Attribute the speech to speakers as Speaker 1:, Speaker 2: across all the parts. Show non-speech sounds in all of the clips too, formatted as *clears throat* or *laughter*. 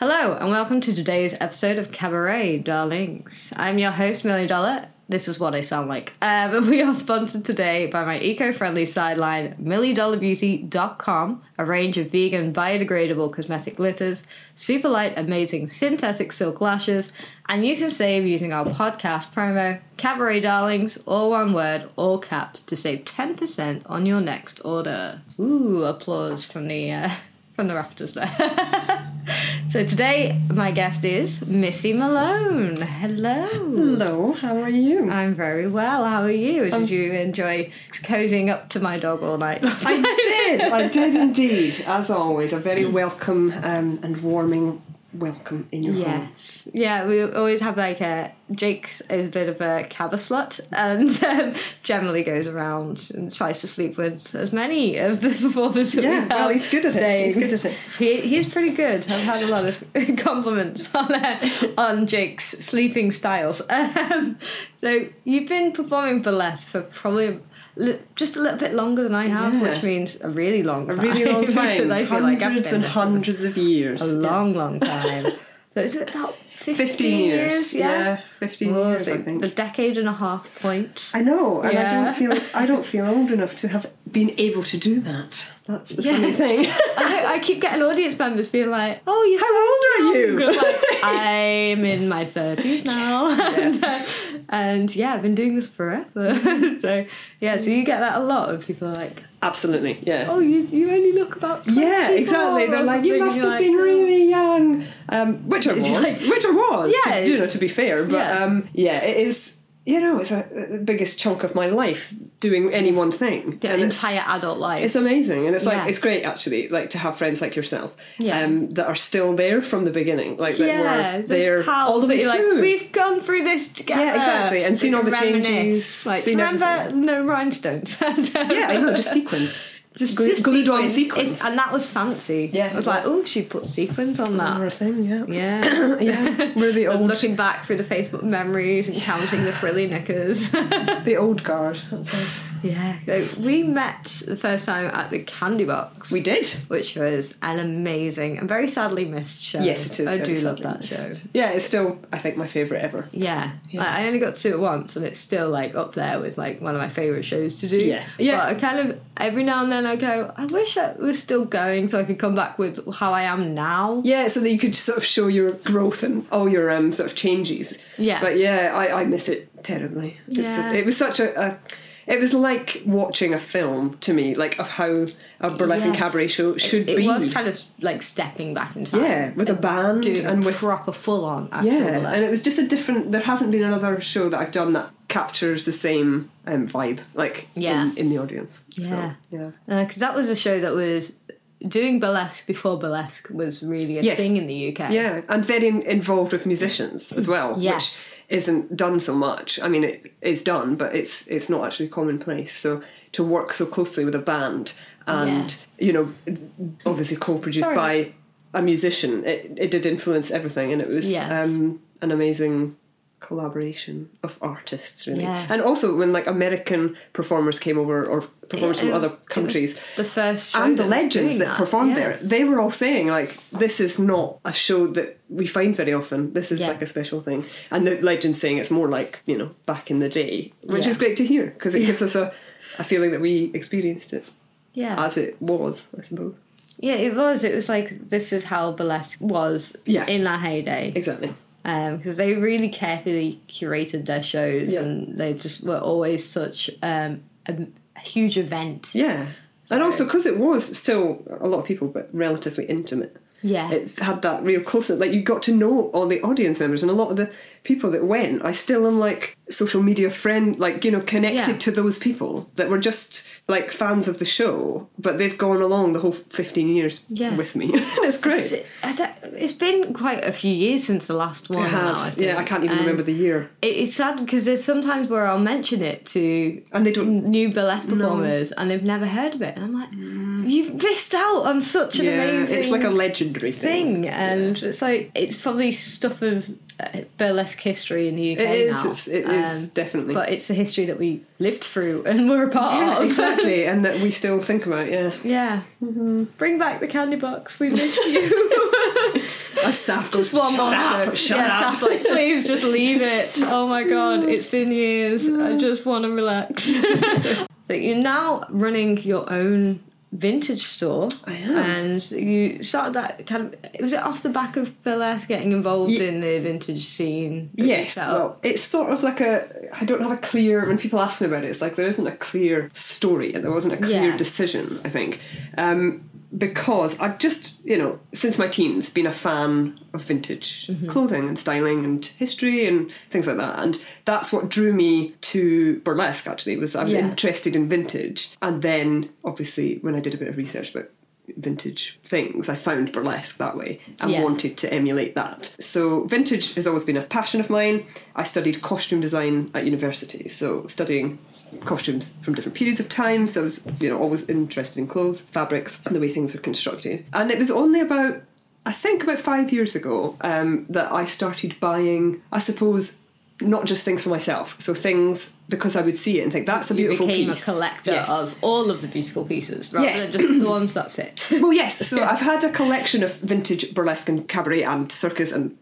Speaker 1: Hello, and welcome to today's episode of Cabaret Darlings. I'm your host, Million Dollar. This is what I sound like. Uh, but *laughs* we are sponsored today by my eco friendly sideline, milliedollarbeauty.com, a range of vegan, biodegradable cosmetic glitters, super light, amazing synthetic silk lashes, and you can save using our podcast promo, Cabaret Darlings, all one word, all caps, to save 10% on your next order. Ooh, applause from the, uh, *laughs* from the rafters there. *laughs* So today, my guest is Missy Malone. Hello.
Speaker 2: Hello, how are you?
Speaker 1: I'm very well. How are you? Did you enjoy cozying up to my dog all night? last
Speaker 2: I
Speaker 1: night?
Speaker 2: did, I did indeed. As always,
Speaker 1: *clears throat*
Speaker 2: a very welcome um, and warming welcome in your home.
Speaker 1: Yes. Yeah, we always have like a Jake's is a bit of a cabba slut and *laughs* um, generally goes around and tries to sleep with as many of the *laughs* performers. that we
Speaker 2: Yeah,
Speaker 1: have
Speaker 2: well, he's good at it.
Speaker 1: today.
Speaker 2: He's good at it.
Speaker 1: He, he's pretty good. I've had a lot of *laughs* compliments on uh, on Jake's sleeping styles. *laughs* Um, so you've been performing burlesque for probably. li- Just a little bit longer than I have,
Speaker 2: Yeah.
Speaker 1: which means a really long
Speaker 2: A
Speaker 1: time.
Speaker 2: really *laughs*
Speaker 1: *laughs*
Speaker 2: long
Speaker 1: because
Speaker 2: time,
Speaker 1: I feel like I've
Speaker 2: hundreds
Speaker 1: been
Speaker 2: and
Speaker 1: there for
Speaker 2: hundreds of years.
Speaker 1: a long, long *laughs* time. so is it about 15,
Speaker 2: 15
Speaker 1: years?
Speaker 2: years, yeah, 15
Speaker 1: Oh,
Speaker 2: years,
Speaker 1: so
Speaker 2: I think.
Speaker 1: A decade and a half point.
Speaker 2: I know, and I
Speaker 1: Yeah. *laughs*
Speaker 2: don't feel I don't feel old enough to have been able to do that. That's the
Speaker 1: Yeah. *laughs*
Speaker 2: funny thing.
Speaker 1: *laughs* I, I keep getting audience members being like, oh, you're so
Speaker 2: How old are you?
Speaker 1: young."
Speaker 2: *laughs*
Speaker 1: Like, I'm in my 30s now. *laughs* and, uh, and yeah, I've been doing this forever. *laughs* so yeah, so you get that a lot of people are like,
Speaker 2: Absolutely, yeah.
Speaker 1: oh, you, you only look about
Speaker 2: Yeah,
Speaker 1: 24
Speaker 2: exactly.
Speaker 1: or
Speaker 2: They're like, you
Speaker 1: something,"
Speaker 2: must
Speaker 1: and you're
Speaker 2: have
Speaker 1: like,
Speaker 2: been
Speaker 1: "Oh."
Speaker 2: really young, um, which I
Speaker 1: It's
Speaker 2: was,
Speaker 1: *laughs* like-
Speaker 2: which I was.
Speaker 1: Yeah.
Speaker 2: to, you know, to be fair, but
Speaker 1: Yeah.
Speaker 2: yeah, um, yeah it is. You know, it's a, the biggest chunk of my life doing any one thing.
Speaker 1: The
Speaker 2: And it's-
Speaker 1: entire adult life.
Speaker 2: It's amazing, and it's like
Speaker 1: Yeah.
Speaker 2: it's great actually, like to have friends like yourself,
Speaker 1: Yeah.
Speaker 2: um, that are still there from the beginning, like that
Speaker 1: yeah,
Speaker 2: were
Speaker 1: those
Speaker 2: there
Speaker 1: pals
Speaker 2: all the
Speaker 1: that
Speaker 2: way
Speaker 1: you're
Speaker 2: through.
Speaker 1: like we've gone through this together.
Speaker 2: Yeah, exactly, and
Speaker 1: We
Speaker 2: seen
Speaker 1: can
Speaker 2: all the
Speaker 1: reminisce.
Speaker 2: changes,
Speaker 1: Like,
Speaker 2: seen
Speaker 1: do you remember
Speaker 2: everything.
Speaker 1: no *laughs* rhinestones.
Speaker 2: yeah, I know,
Speaker 1: *laughs*
Speaker 2: just sequence,
Speaker 1: just,
Speaker 2: glu-
Speaker 1: just
Speaker 2: glued on
Speaker 1: sequins.
Speaker 2: sequins.
Speaker 1: If- and that was fancy.
Speaker 2: Yeah,
Speaker 1: I was
Speaker 2: it
Speaker 1: like,
Speaker 2: was.
Speaker 1: oh, she put sequins on
Speaker 2: Or a
Speaker 1: that.
Speaker 2: thing, yeah,
Speaker 1: Yeah,
Speaker 2: *coughs* yeah.
Speaker 1: *laughs*
Speaker 2: We're the
Speaker 1: I'm
Speaker 2: old,
Speaker 1: looking back through the Facebook memories and counting the frilly knickers. *laughs*
Speaker 2: the old guard. That's us.
Speaker 1: yeah, so we met the first time at the Candy Box.
Speaker 2: We did.
Speaker 1: Which was an amazing and very sadly missed show.
Speaker 2: Yes, it is.
Speaker 1: I do
Speaker 2: very
Speaker 1: love
Speaker 2: sadly
Speaker 1: that show.
Speaker 2: missed. Yeah, it's still, I think, my favourite ever.
Speaker 1: Yeah, Like, I only got to do it once, and it's still like up there with like one of my favorite shows to do.
Speaker 2: Yeah. Yeah.
Speaker 1: But I kind of every now and then I go, I wish I was still going so I could come back with how I am now.
Speaker 2: Yeah, so that you could sort of show your growth and all your um, sort of changes.
Speaker 1: Yeah.
Speaker 2: But yeah, I, I miss it terribly. It's
Speaker 1: Yeah.
Speaker 2: it was such a, a. It was like watching a film to me, like of how a burlesque and
Speaker 1: Yes.
Speaker 2: cabaret show should
Speaker 1: it
Speaker 2: be.
Speaker 1: was kind of like stepping back in time.
Speaker 2: yeah, with a band
Speaker 1: doing
Speaker 2: and with
Speaker 1: proper full on.
Speaker 2: yeah, and it was just a different. There hasn't been another show that I've done that captures the same um, vibe, like
Speaker 1: Yeah.
Speaker 2: in, in the audience.
Speaker 1: Yeah.
Speaker 2: so, yeah.
Speaker 1: because Uh, that was a show that was doing burlesque before burlesque was really a
Speaker 2: Yes.
Speaker 1: thing in the UK.
Speaker 2: Yeah, and very in- involved with musicians as well,
Speaker 1: Yeah.
Speaker 2: which isn't done so much. I mean, it is done, but it's it's not actually commonplace. So to work so closely with a band and you know, obviously co-produced
Speaker 1: Fair
Speaker 2: by a musician, it it did influence everything, and it was
Speaker 1: Yes.
Speaker 2: um, an amazing collaboration of artists really
Speaker 1: Yeah.
Speaker 2: and also when like american performers came over or performers
Speaker 1: It-
Speaker 2: from other
Speaker 1: it was
Speaker 2: countries
Speaker 1: The first show
Speaker 2: and the
Speaker 1: that was
Speaker 2: legends
Speaker 1: doing
Speaker 2: that, performed
Speaker 1: Yeah.
Speaker 2: there, they were all saying like, "This is not a show that we find very often. This is
Speaker 1: Yeah.
Speaker 2: like a special thing." And the legends saying it's more like you know back in the day, which
Speaker 1: Yeah.
Speaker 2: is great to hear because it gives us a, a feeling that we experienced it
Speaker 1: Yeah.
Speaker 2: as it was, I suppose.
Speaker 1: Yeah, it was. It was like this is how burlesque was
Speaker 2: Yeah.
Speaker 1: in that heyday
Speaker 2: Exactly.
Speaker 1: because they really carefully curated their shows
Speaker 2: Yeah.
Speaker 1: and they just were always such um, a, a huge event.
Speaker 2: Yeah. And also because it was still a lot of people, but relatively intimate.
Speaker 1: Yeah.
Speaker 2: it had that real closeness. Like you got to know all the audience members and a lot of the people that went. I still am like social media friend, like you know, connected
Speaker 1: Yeah.
Speaker 2: to those people that were just like fans of the show, but they've gone along the whole fifteen years
Speaker 1: Yeah.
Speaker 2: with me. *laughs* it's
Speaker 1: It's,
Speaker 2: great.
Speaker 1: I don't- it's been quite a few years since the last one.
Speaker 2: It
Speaker 1: now,
Speaker 2: has.
Speaker 1: think.
Speaker 2: yeah, I can't even
Speaker 1: And
Speaker 2: remember the year.
Speaker 1: It, it's sad because there's sometimes where I'll mention it to
Speaker 2: And they don't.
Speaker 1: new burlesque performers and they've never heard of it, and I'm like, you've missed out on such an
Speaker 2: Mm. Yeah,
Speaker 1: amazing.
Speaker 2: it's like a legendary thing.
Speaker 1: thing, and it's like it's probably stuff of uh, burlesque history in the UK
Speaker 2: It is.
Speaker 1: now.
Speaker 2: It's, it is
Speaker 1: Um,
Speaker 2: definitely.
Speaker 1: but it's a history that we lived through and were a part
Speaker 2: yeah,
Speaker 1: of. *laughs*
Speaker 2: exactly, Mm-hmm. and that we still think about. Yeah. *laughs*
Speaker 1: Yeah, bring back the candy box. We miss you.
Speaker 2: A Saf goes,
Speaker 1: Just one
Speaker 2: shut
Speaker 1: more.
Speaker 2: up,
Speaker 1: show.
Speaker 2: shut
Speaker 1: yeah,
Speaker 2: up.
Speaker 1: Saf's like, please just leave it. Oh my god, it's been years. I just want to
Speaker 2: *laughs*
Speaker 1: relax. so you're now running your own vintage store.
Speaker 2: I am.
Speaker 1: And you started that kind of. Was it off the back of Bill S getting involved
Speaker 2: Ye-
Speaker 1: in the vintage scene? that you
Speaker 2: Yes,
Speaker 1: set up?
Speaker 2: well, it's sort of like a. I don't have a clear. When people ask me about it, it's like there isn't a clear story and there wasn't a clear
Speaker 1: Yeah.
Speaker 2: decision, I think. Um, because I've just, you know, since my teens been a fan of vintage
Speaker 1: Mm-hmm.
Speaker 2: clothing and styling and history and things like that. And that's what drew me to burlesque, actually, was I was
Speaker 1: Yeah.
Speaker 2: interested in vintage. And then, obviously, when I did a bit of research about vintage things, I found burlesque that way and
Speaker 1: Yeah.
Speaker 2: wanted wanted to emulate that. So vintage has always been a passion of mine. I studied costume design at university, so studying costumes from different periods of time. So I was, you know, always interested in clothes, fabrics, and the way things are constructed. And it was only about, I think, about five years ago um, that I started buying, I suppose. Not just things for myself, so things because I would see it and think that's a
Speaker 1: You
Speaker 2: beautiful
Speaker 1: became
Speaker 2: piece.
Speaker 1: a collector
Speaker 2: Yes.
Speaker 1: of all of the beautiful pieces rather
Speaker 2: Yes.
Speaker 1: than just the ones that *laughs* fit.
Speaker 2: Well, yes. So I've had a collection of vintage burlesque and cabaret and circus and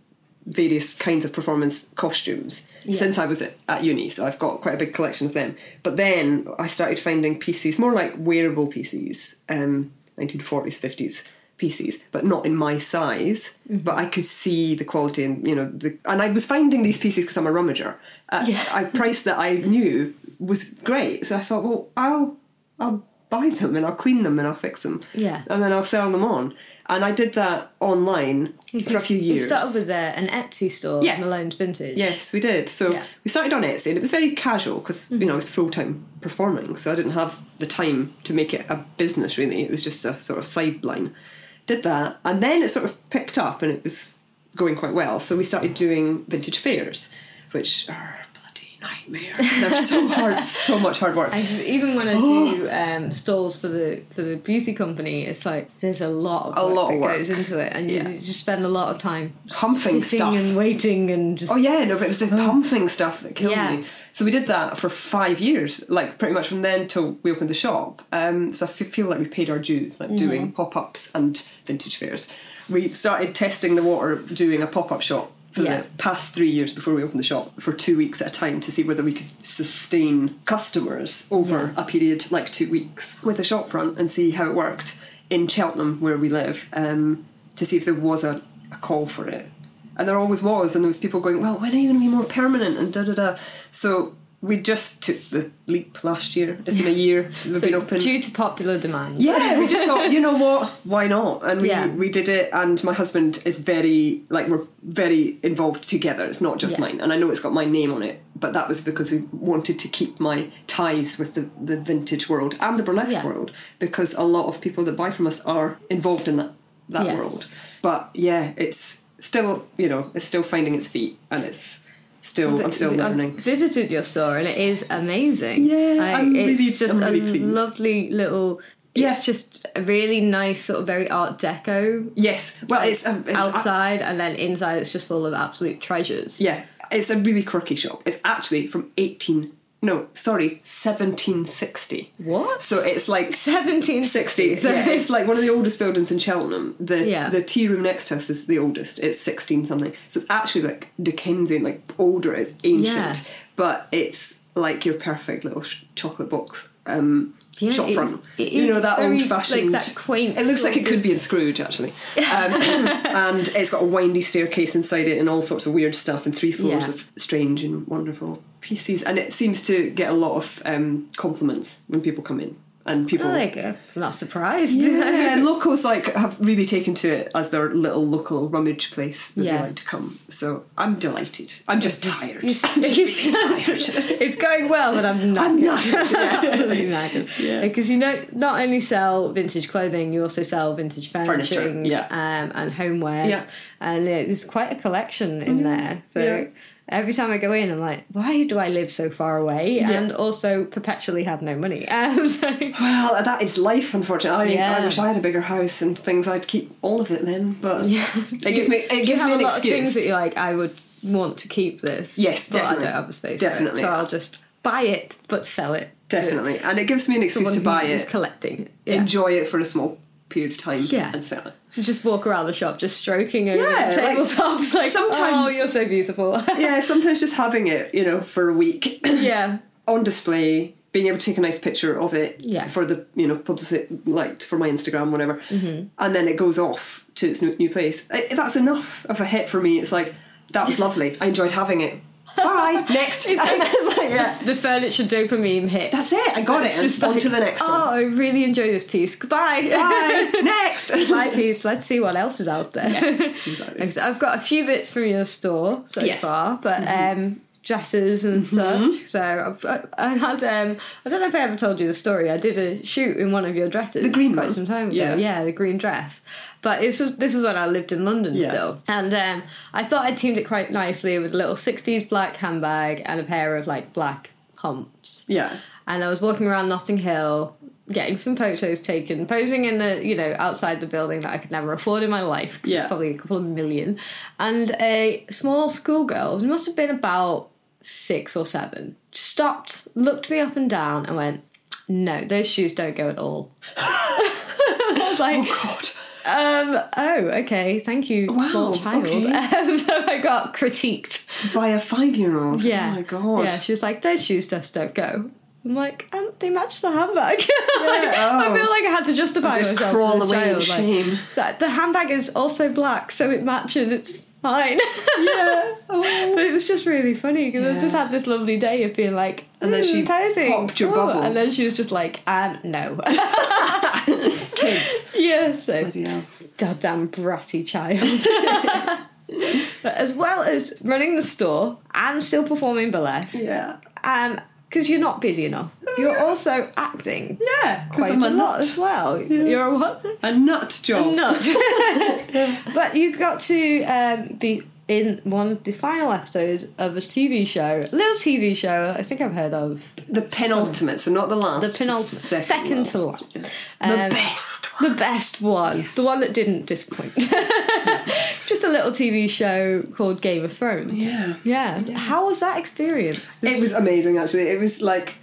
Speaker 2: various kinds of performance costumes since I was at, at uni. So I've got quite a big collection of them. But then I started finding pieces, more like wearable pieces, um, 1940s, 50s pieces, but not in my size. But I could see the quality and, you know, the, and I was finding these pieces because I'm a rummager at a price that I knew was great. So I thought, well, I'll, I'll buy them and I'll clean them and I'll fix them
Speaker 1: Yeah.
Speaker 2: and then I'll sell them on. And I did that online *laughs* for a few years.
Speaker 1: You started with uh, an Etsy store,
Speaker 2: Yeah.
Speaker 1: Malone's Vintage.
Speaker 2: yes, we did. So
Speaker 1: Yeah. Mm.
Speaker 2: we started on Etsy, and it was very casual because you know I was full time performing, so I didn't have the time to make it a business. Really, it was just a sort of sideline. Did that, and then it sort of picked up, and it was going quite well. So we started doing vintage fairs, which are a bloody nightmare. They're
Speaker 1: *laughs*
Speaker 2: so hard, so much hard work.
Speaker 1: I, even when I do
Speaker 2: *gasps*
Speaker 1: um, stalls for the for the beauty company, it's like there's a lot of
Speaker 2: A
Speaker 1: work
Speaker 2: lot
Speaker 1: that
Speaker 2: of work.
Speaker 1: goes into it, and
Speaker 2: Yeah.
Speaker 1: you, you just spend a lot of time
Speaker 2: Humping
Speaker 1: sitting
Speaker 2: stuff.
Speaker 1: and waiting and just
Speaker 2: Oh yeah, no, but it was the pumping stuff that killed
Speaker 1: Yeah.
Speaker 2: me. So we did that for five years, like pretty much from then till we opened the shop. Um, so I f- feel like we paid our dues, like
Speaker 1: Mm.
Speaker 2: doing pop ups and vintage fairs. We started testing the water, doing a pop up shop for
Speaker 1: Yeah.
Speaker 2: the past three years before we opened the shop for two weeks at a time to see whether we could sustain customers over a period like two weeks with a shop front and see how it worked in Cheltenham where we live um, to see if there was a, a call for it. And there always was, and there was people going, well, when are you going to be more permanent? And da da da. So we just took the leap last year. It's been a year. We've been
Speaker 1: so
Speaker 2: open.
Speaker 1: due to popular demand.
Speaker 2: Yeah, we just thought, you know what? Why not? And we
Speaker 1: Yeah.
Speaker 2: we did it. And my husband is very like we're very involved together. It's not just
Speaker 1: Yeah.
Speaker 2: mine, and I know it's got my name on it, but that was because we wanted to keep my ties with the the vintage world and the burlesque
Speaker 1: Yeah.
Speaker 2: world because a lot of people that buy from us are involved in that that
Speaker 1: Yeah.
Speaker 2: world. But yeah, it's still you know it's still finding its feet, and it's still I'm still
Speaker 1: I've
Speaker 2: learning.
Speaker 1: visited your store and it is amazing.
Speaker 2: Yeah,
Speaker 1: Like,
Speaker 2: I'm
Speaker 1: it's
Speaker 2: really-
Speaker 1: just
Speaker 2: I'm really
Speaker 1: a
Speaker 2: pleased.
Speaker 1: lovely little.
Speaker 2: Yeah.
Speaker 1: it's just a really nice sort of very Art Deco
Speaker 2: Yes, well, it's, um, it's
Speaker 1: outside, and then inside it's just full of absolute *laughs* treasures.
Speaker 2: Yeah, it's a really quirky shop. It's actually from 18. No, sorry, 1760.
Speaker 1: What?
Speaker 2: So it's like
Speaker 1: 1760. *laughs*
Speaker 2: 60.
Speaker 1: So
Speaker 2: yeah, *laughs* it's like one of the oldest buildings in Cheltenham. The
Speaker 1: Yeah.
Speaker 2: the tea room next to us is the oldest. It's 16 something. So it's actually like Dickensian, like older. It's ancient,
Speaker 1: Yeah.
Speaker 2: but it's like your perfect little sh- chocolate box. Um,
Speaker 1: Yeah,
Speaker 2: shop
Speaker 1: it-
Speaker 2: front.
Speaker 1: it
Speaker 2: you
Speaker 1: is
Speaker 2: know that
Speaker 1: very,
Speaker 2: old fashioned,
Speaker 1: like, that quaint
Speaker 2: It looks like it
Speaker 1: sort
Speaker 2: could
Speaker 1: of-
Speaker 2: be in Scrooge
Speaker 1: *laughs*
Speaker 2: actually, um, and it's got a windy staircase inside it and all sorts of weird stuff and three floors
Speaker 1: Yeah.
Speaker 2: of strange and wonderful pieces. And it seems to get a lot of um, compliments when people come in and people
Speaker 1: like, uh, I'm not surprised. *laughs*
Speaker 2: yeah, and locals like have really taken to it as their little local rummage place that they
Speaker 1: Yeah.
Speaker 2: like to come. So I'm delighted. I'm just tired.
Speaker 1: You-
Speaker 2: I'm just really *laughs* tired.
Speaker 1: *laughs* it's going well, but I'm not. *laughs*
Speaker 2: I'm not. *laughs*
Speaker 1: Really knackered.
Speaker 2: Yeah.
Speaker 1: Because you know, not only sell vintage clothing, you also sell vintage furnishings
Speaker 2: Furniture, yeah.
Speaker 1: um, and homewares.
Speaker 2: Yeah. Mm-hmm.
Speaker 1: And yeah, there's quite a collection in there. So
Speaker 2: Yeah.
Speaker 1: every time I go in, I'm like, why do I live so far away and also perpetually have no money? *laughs* Um, so,
Speaker 2: Well, that is life, unfortunately. I, I
Speaker 1: Yeah.
Speaker 2: wish I had a bigger house and things. I'd keep all of it then, but it gives me
Speaker 1: You
Speaker 2: it gives
Speaker 1: have
Speaker 2: me
Speaker 1: a
Speaker 2: an
Speaker 1: lot of things
Speaker 2: excuse.
Speaker 1: that you're like, I would want to keep this.
Speaker 2: Yes,
Speaker 1: but
Speaker 2: definitely.
Speaker 1: I don't have the space. For
Speaker 2: Definitely.
Speaker 1: it, so I'll just buy it, but sell it.
Speaker 2: Definitely, and it gives me an
Speaker 1: to
Speaker 2: excuse to buy
Speaker 1: who's
Speaker 2: it,
Speaker 1: collecting. it. Yeah.
Speaker 2: enjoy it for a small period of time
Speaker 1: Yeah.
Speaker 2: and sell it.
Speaker 1: So just walk around the shop, just stroking over
Speaker 2: Yeah,
Speaker 1: the
Speaker 2: like,
Speaker 1: tabletops, *laughs* like, oh,
Speaker 2: sometimes-
Speaker 1: you're so beautiful. *laughs*
Speaker 2: Yeah, sometimes just having it, you know, for a week *coughs*
Speaker 1: yeah,
Speaker 2: on display, being able to take a nice picture of it
Speaker 1: Yeah.
Speaker 2: for the you know publicity, like for my Instagram, whatever,
Speaker 1: Mm-hmm.
Speaker 2: and then it goes off to its new, new place. I, that's enough of a hit for me. It's like that
Speaker 1: *laughs*
Speaker 2: was lovely. I enjoyed having it. Bye. Next. It's like, *laughs* yeah.
Speaker 1: the furniture dopamine hit.
Speaker 2: That's it. I got
Speaker 1: It's
Speaker 2: it. Just on
Speaker 1: like,
Speaker 2: to the next
Speaker 1: Oh,
Speaker 2: one.
Speaker 1: I really enjoy this piece. Goodbye. *laughs*
Speaker 2: Oh, Bye. next.
Speaker 1: Bye,
Speaker 2: *laughs*
Speaker 1: piece. Let's see what else is out there. *laughs*
Speaker 2: Yes, exactly.
Speaker 1: Like, so I've got a few bits from your store so
Speaker 2: Yes. Mm-hmm.
Speaker 1: far, but um, dresses and such. So I've, I, I had, um, I don't know if I ever told you the story. I did a shoot in one of your dresses, the
Speaker 2: green
Speaker 1: quite
Speaker 2: one?
Speaker 1: some time ago.
Speaker 2: Yeah.
Speaker 1: Yeah, the green dress. But this was this was when I lived in London
Speaker 2: Yeah.
Speaker 1: still, and um, I thought I teamed it quite nicely with a little '60s black handbag and a pair of like black pumps
Speaker 2: Yeah.
Speaker 1: and I was walking around Notting Hill getting some photos taken, posing in the you know outside the building that I could never afford in my life. 'cause
Speaker 2: Yeah.
Speaker 1: it's probably a couple of million, and a small schoolgirl who must have been about six or seven stopped, looked me up and down, and went, "No, those shoes don't go at all." *laughs* I was
Speaker 2: *laughs*
Speaker 1: like,
Speaker 2: God.
Speaker 1: um, oh, okay, thank you, small
Speaker 2: Wow,
Speaker 1: child.
Speaker 2: okay.
Speaker 1: Um, *laughs* so I got critiqued.
Speaker 2: By a five-year-old.
Speaker 1: Yeah.
Speaker 2: Oh my god.
Speaker 1: Yeah, she was like, those shoes just don't go. I'm like, um, they match the handbag. *laughs* Like,
Speaker 2: oh.
Speaker 1: I feel like I had to justify
Speaker 2: Just
Speaker 1: myself.
Speaker 2: crawl
Speaker 1: to this
Speaker 2: away in
Speaker 1: child, like,
Speaker 2: shame.
Speaker 1: that the handbag is also black, so it matches. It's fine. Yeah. *laughs* but it was just really funny because I just
Speaker 2: Yeah.
Speaker 1: had this lovely day of being like,
Speaker 2: And then
Speaker 1: "Mm,
Speaker 2: she
Speaker 1: posing.
Speaker 2: popped your
Speaker 1: Oh,
Speaker 2: bubble.
Speaker 1: And then she was just like, um, no. *laughs*
Speaker 2: Kids.
Speaker 1: yeah, so
Speaker 2: Yeah.
Speaker 1: goddamn bratty child. *laughs* but as well as running the store and still performing burlesque.
Speaker 2: Yeah.
Speaker 1: Um, because you're not busy enough. You're also acting
Speaker 2: Yeah. 'cause
Speaker 1: quite
Speaker 2: I'm
Speaker 1: a
Speaker 2: a
Speaker 1: lot
Speaker 2: nut.
Speaker 1: as well. You're a what?
Speaker 2: A nut job.
Speaker 1: Nut. *laughs* but you've got to um, be in one of the final episodes of a TV show, a little TV show I think I've heard of.
Speaker 2: The penultimate, so not the last.
Speaker 1: The penultimate.
Speaker 2: Second,
Speaker 1: Second to last.
Speaker 2: Yes.
Speaker 1: Um,
Speaker 2: the best one.
Speaker 1: The best one. The one that didn't disappoint. *laughs* Just a little TV show called Game of Thrones.
Speaker 2: Yeah.
Speaker 1: Yeah. How was that experience?
Speaker 2: It was amazing, actually. It was like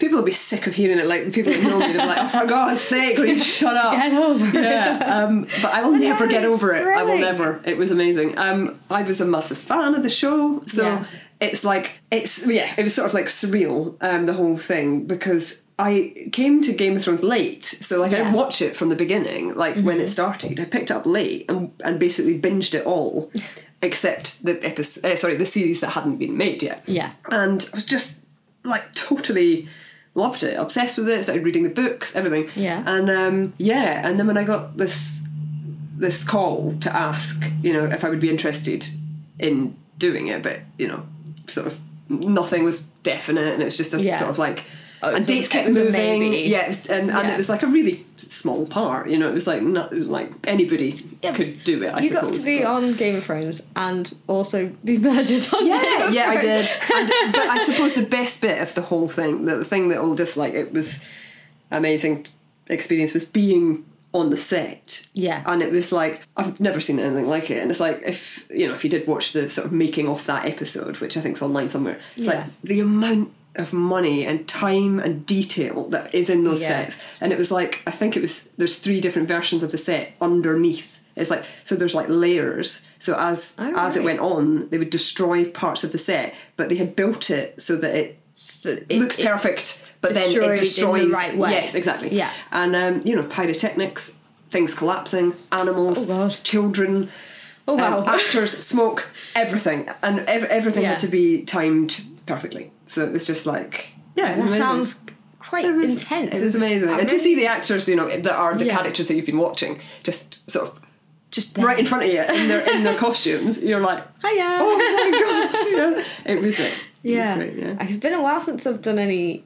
Speaker 2: people would be sick of hearing it. Like people that know me, they're like, "Oh, for God's sake, will you shut
Speaker 1: *laughs*
Speaker 2: up?"
Speaker 1: Get over it.
Speaker 2: Yeah, *laughs* um, but I will never
Speaker 1: yeah,
Speaker 2: get
Speaker 1: it's
Speaker 2: over it. I will
Speaker 1: thrilling.
Speaker 2: never. It was amazing. Um, I was a massive fan of the show, so
Speaker 1: Yeah.
Speaker 2: it's like it's yeah, it was sort of like surreal. Um, the whole thing because I came to Game of Thrones late, so like I
Speaker 1: Yeah. Mm-hmm.
Speaker 2: didn't watch it from the beginning, like when it started. I picked it up late and and basically binged it
Speaker 1: *laughs*
Speaker 2: all, except the episode. Uh, sorry, the series that hadn't been made yet
Speaker 1: Yeah.
Speaker 2: and I was just like totally loved it, obsessed with it. Started reading the books, everything.
Speaker 1: Yeah.
Speaker 2: And um, yeah, and then when I got this this call to ask, you know, if I would be interested in doing it, but you know, sort of nothing was definite, and it was just a
Speaker 1: Yeah.
Speaker 2: sort of like.
Speaker 1: Oh, it
Speaker 2: and
Speaker 1: was a-
Speaker 2: dates
Speaker 1: it
Speaker 2: kept
Speaker 1: was a
Speaker 2: moving,
Speaker 1: maybe.
Speaker 2: yeah, it was, and, and
Speaker 1: Yeah.
Speaker 2: it was like a really small part, you know. It was like not like anybody
Speaker 1: Yeah, but
Speaker 2: could do it. I
Speaker 1: you
Speaker 2: suppose,
Speaker 1: got to be
Speaker 2: but-
Speaker 1: on Game of Thrones and also be murdered on Game *laughs*
Speaker 2: *laughs* yeah,
Speaker 1: of
Speaker 2: yeah, I
Speaker 1: Thrones.
Speaker 2: did. And, but I suppose the best bit of the whole thing, the, the thing that all just like it was amazing t- experience, was being on the set.
Speaker 1: Yeah.
Speaker 2: and it was like I've never seen anything like it. And it's like if you know if you did watch the sort of making of that episode, which I think's online somewhere, it's
Speaker 1: Yeah.
Speaker 2: like the amount of money and time and detail that is in those
Speaker 1: Yeah.
Speaker 2: sets and it was like I think it was there's three different versions of the set underneath. It's like so there's like layers. So as
Speaker 1: Oh,
Speaker 2: as it
Speaker 1: right.
Speaker 2: went on, they would destroy parts of the set, but they had built it so that it
Speaker 1: So it-
Speaker 2: looks
Speaker 1: it-
Speaker 2: perfect, but then
Speaker 1: destroyed in
Speaker 2: it
Speaker 1: the
Speaker 2: destroys
Speaker 1: right way.
Speaker 2: Yes, exactly.
Speaker 1: Yeah.
Speaker 2: and um, you know pyrotechnics, things collapsing, animals,
Speaker 1: Oh, God.
Speaker 2: children.
Speaker 1: Oh, wow. *laughs*
Speaker 2: um, actors, smoke, everything, and ev- everything
Speaker 1: Yeah.
Speaker 2: had to be timed perfectly. So it was just like, yeah, it was
Speaker 1: That
Speaker 2: amazing.
Speaker 1: sounds quite
Speaker 2: It was-
Speaker 1: intense.
Speaker 2: It was amazing.
Speaker 1: I
Speaker 2: And to
Speaker 1: really-
Speaker 2: see the actors, you know, that are the
Speaker 1: Yeah.
Speaker 2: characters that you've been watching, just sort of
Speaker 1: just
Speaker 2: right in front of you in their in their costumes, you're like,
Speaker 1: Hiya.
Speaker 2: oh my gosh, yeah. It was great. It was
Speaker 1: yeah.
Speaker 2: great, yeah.
Speaker 1: It's been a while since I've done anything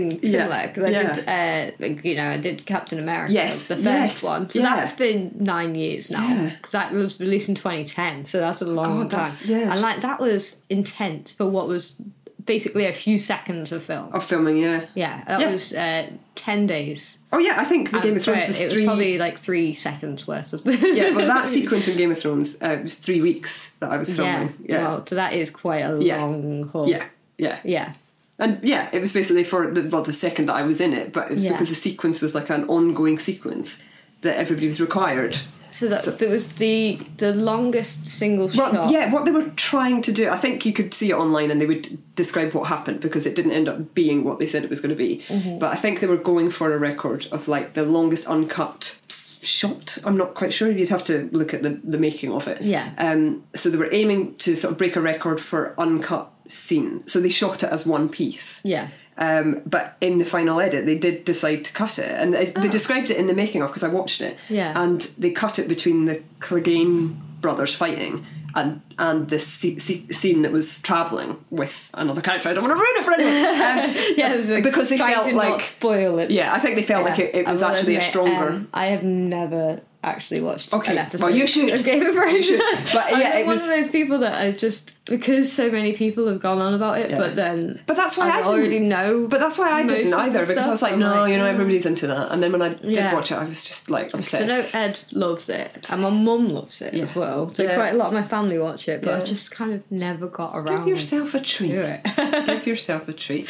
Speaker 1: similar because I did, uh, like, you know, I did Captain America,
Speaker 2: Yes,
Speaker 1: the first
Speaker 2: yes,
Speaker 1: one. So
Speaker 2: yeah.
Speaker 1: that's been nine years now
Speaker 2: Yeah.
Speaker 1: because that was released in 2010, so that's a long
Speaker 2: God, that's-
Speaker 1: time.
Speaker 2: yeah.
Speaker 1: And like that was intense for what was basically a few seconds of film.
Speaker 2: Of Oh, filming, yeah.
Speaker 1: Yeah, that
Speaker 2: Yeah.
Speaker 1: was uh, ten days.
Speaker 2: Oh yeah, I think the Game of
Speaker 1: So
Speaker 2: Thrones
Speaker 1: Um, it,
Speaker 2: was
Speaker 1: it was
Speaker 2: three.
Speaker 1: probably like three seconds worth of.
Speaker 2: *laughs* yeah,
Speaker 1: *laughs*
Speaker 2: well, that sequence in Game of Thrones uh, was three weeks that I was
Speaker 1: yeah.
Speaker 2: filming. Yeah,
Speaker 1: Well, so that is quite a
Speaker 2: Yeah.
Speaker 1: long haul.
Speaker 2: yeah, yeah,
Speaker 1: Yeah.
Speaker 2: And yeah, it was basically for the well the second that I was in it, but it was
Speaker 1: Yeah.
Speaker 2: because the sequence was like an ongoing sequence. that everybody was required.
Speaker 1: So that that was the the longest single
Speaker 2: Well,
Speaker 1: shot.
Speaker 2: yeah, what they were trying to do, I think you could see it online and they would describe what happened because it didn't end up being what they said it was going to be. But I think they were going for a record of like the longest uncut s- shot. I'm not quite sure. You'd have to look at the, the making of it.
Speaker 1: Yeah.
Speaker 2: Um, so they were aiming to sort of break a record for uncut scene. So they shot it as one piece.
Speaker 1: Yeah.
Speaker 2: Um, but in the final edit, they did decide to cut it, and they, they described it in the making of because I watched it.
Speaker 1: Oh. Yeah.
Speaker 2: And they cut it between the Clegane brothers fighting and and the se- se- scene that was travelling with another character. I don't want to ruin it for
Speaker 1: *laughs*
Speaker 2: anyone. Um,
Speaker 1: Yeah, it was like
Speaker 2: *laughs* Because they
Speaker 1: trying
Speaker 2: felt
Speaker 1: to
Speaker 2: like-
Speaker 1: not spoil it.
Speaker 2: yeah, I think they felt like it, it
Speaker 1: I
Speaker 2: was
Speaker 1: will
Speaker 2: actually a
Speaker 1: admit,
Speaker 2: stronger.
Speaker 1: um, I have never actually watched
Speaker 2: Okay,
Speaker 1: an
Speaker 2: well,
Speaker 1: episode.
Speaker 2: you should.
Speaker 1: of Game of Thrones. *laughs*
Speaker 2: should. But, yeah,
Speaker 1: I'm
Speaker 2: it was-
Speaker 1: one of those people that I just because so many people have gone on about it, but then
Speaker 2: But that's why I
Speaker 1: I
Speaker 2: didn't-
Speaker 1: already know.
Speaker 2: but that's why I
Speaker 1: most
Speaker 2: didn't
Speaker 1: of the
Speaker 2: either because I was
Speaker 1: stuff. I'm
Speaker 2: like, no,
Speaker 1: like,
Speaker 2: you know,
Speaker 1: yeah.
Speaker 2: everyone's into that. And then when I did
Speaker 1: Yeah.
Speaker 2: watch it, I was just like
Speaker 1: So um, I know
Speaker 2: obsessed.
Speaker 1: Ed loves it, and my mum loves it as well. So
Speaker 2: Yeah.
Speaker 1: quite a lot of my family watch it, but
Speaker 2: Yeah.
Speaker 1: I've just kind of never got around
Speaker 2: Give yourself a treat.
Speaker 1: to it.
Speaker 2: Give yourself a treat.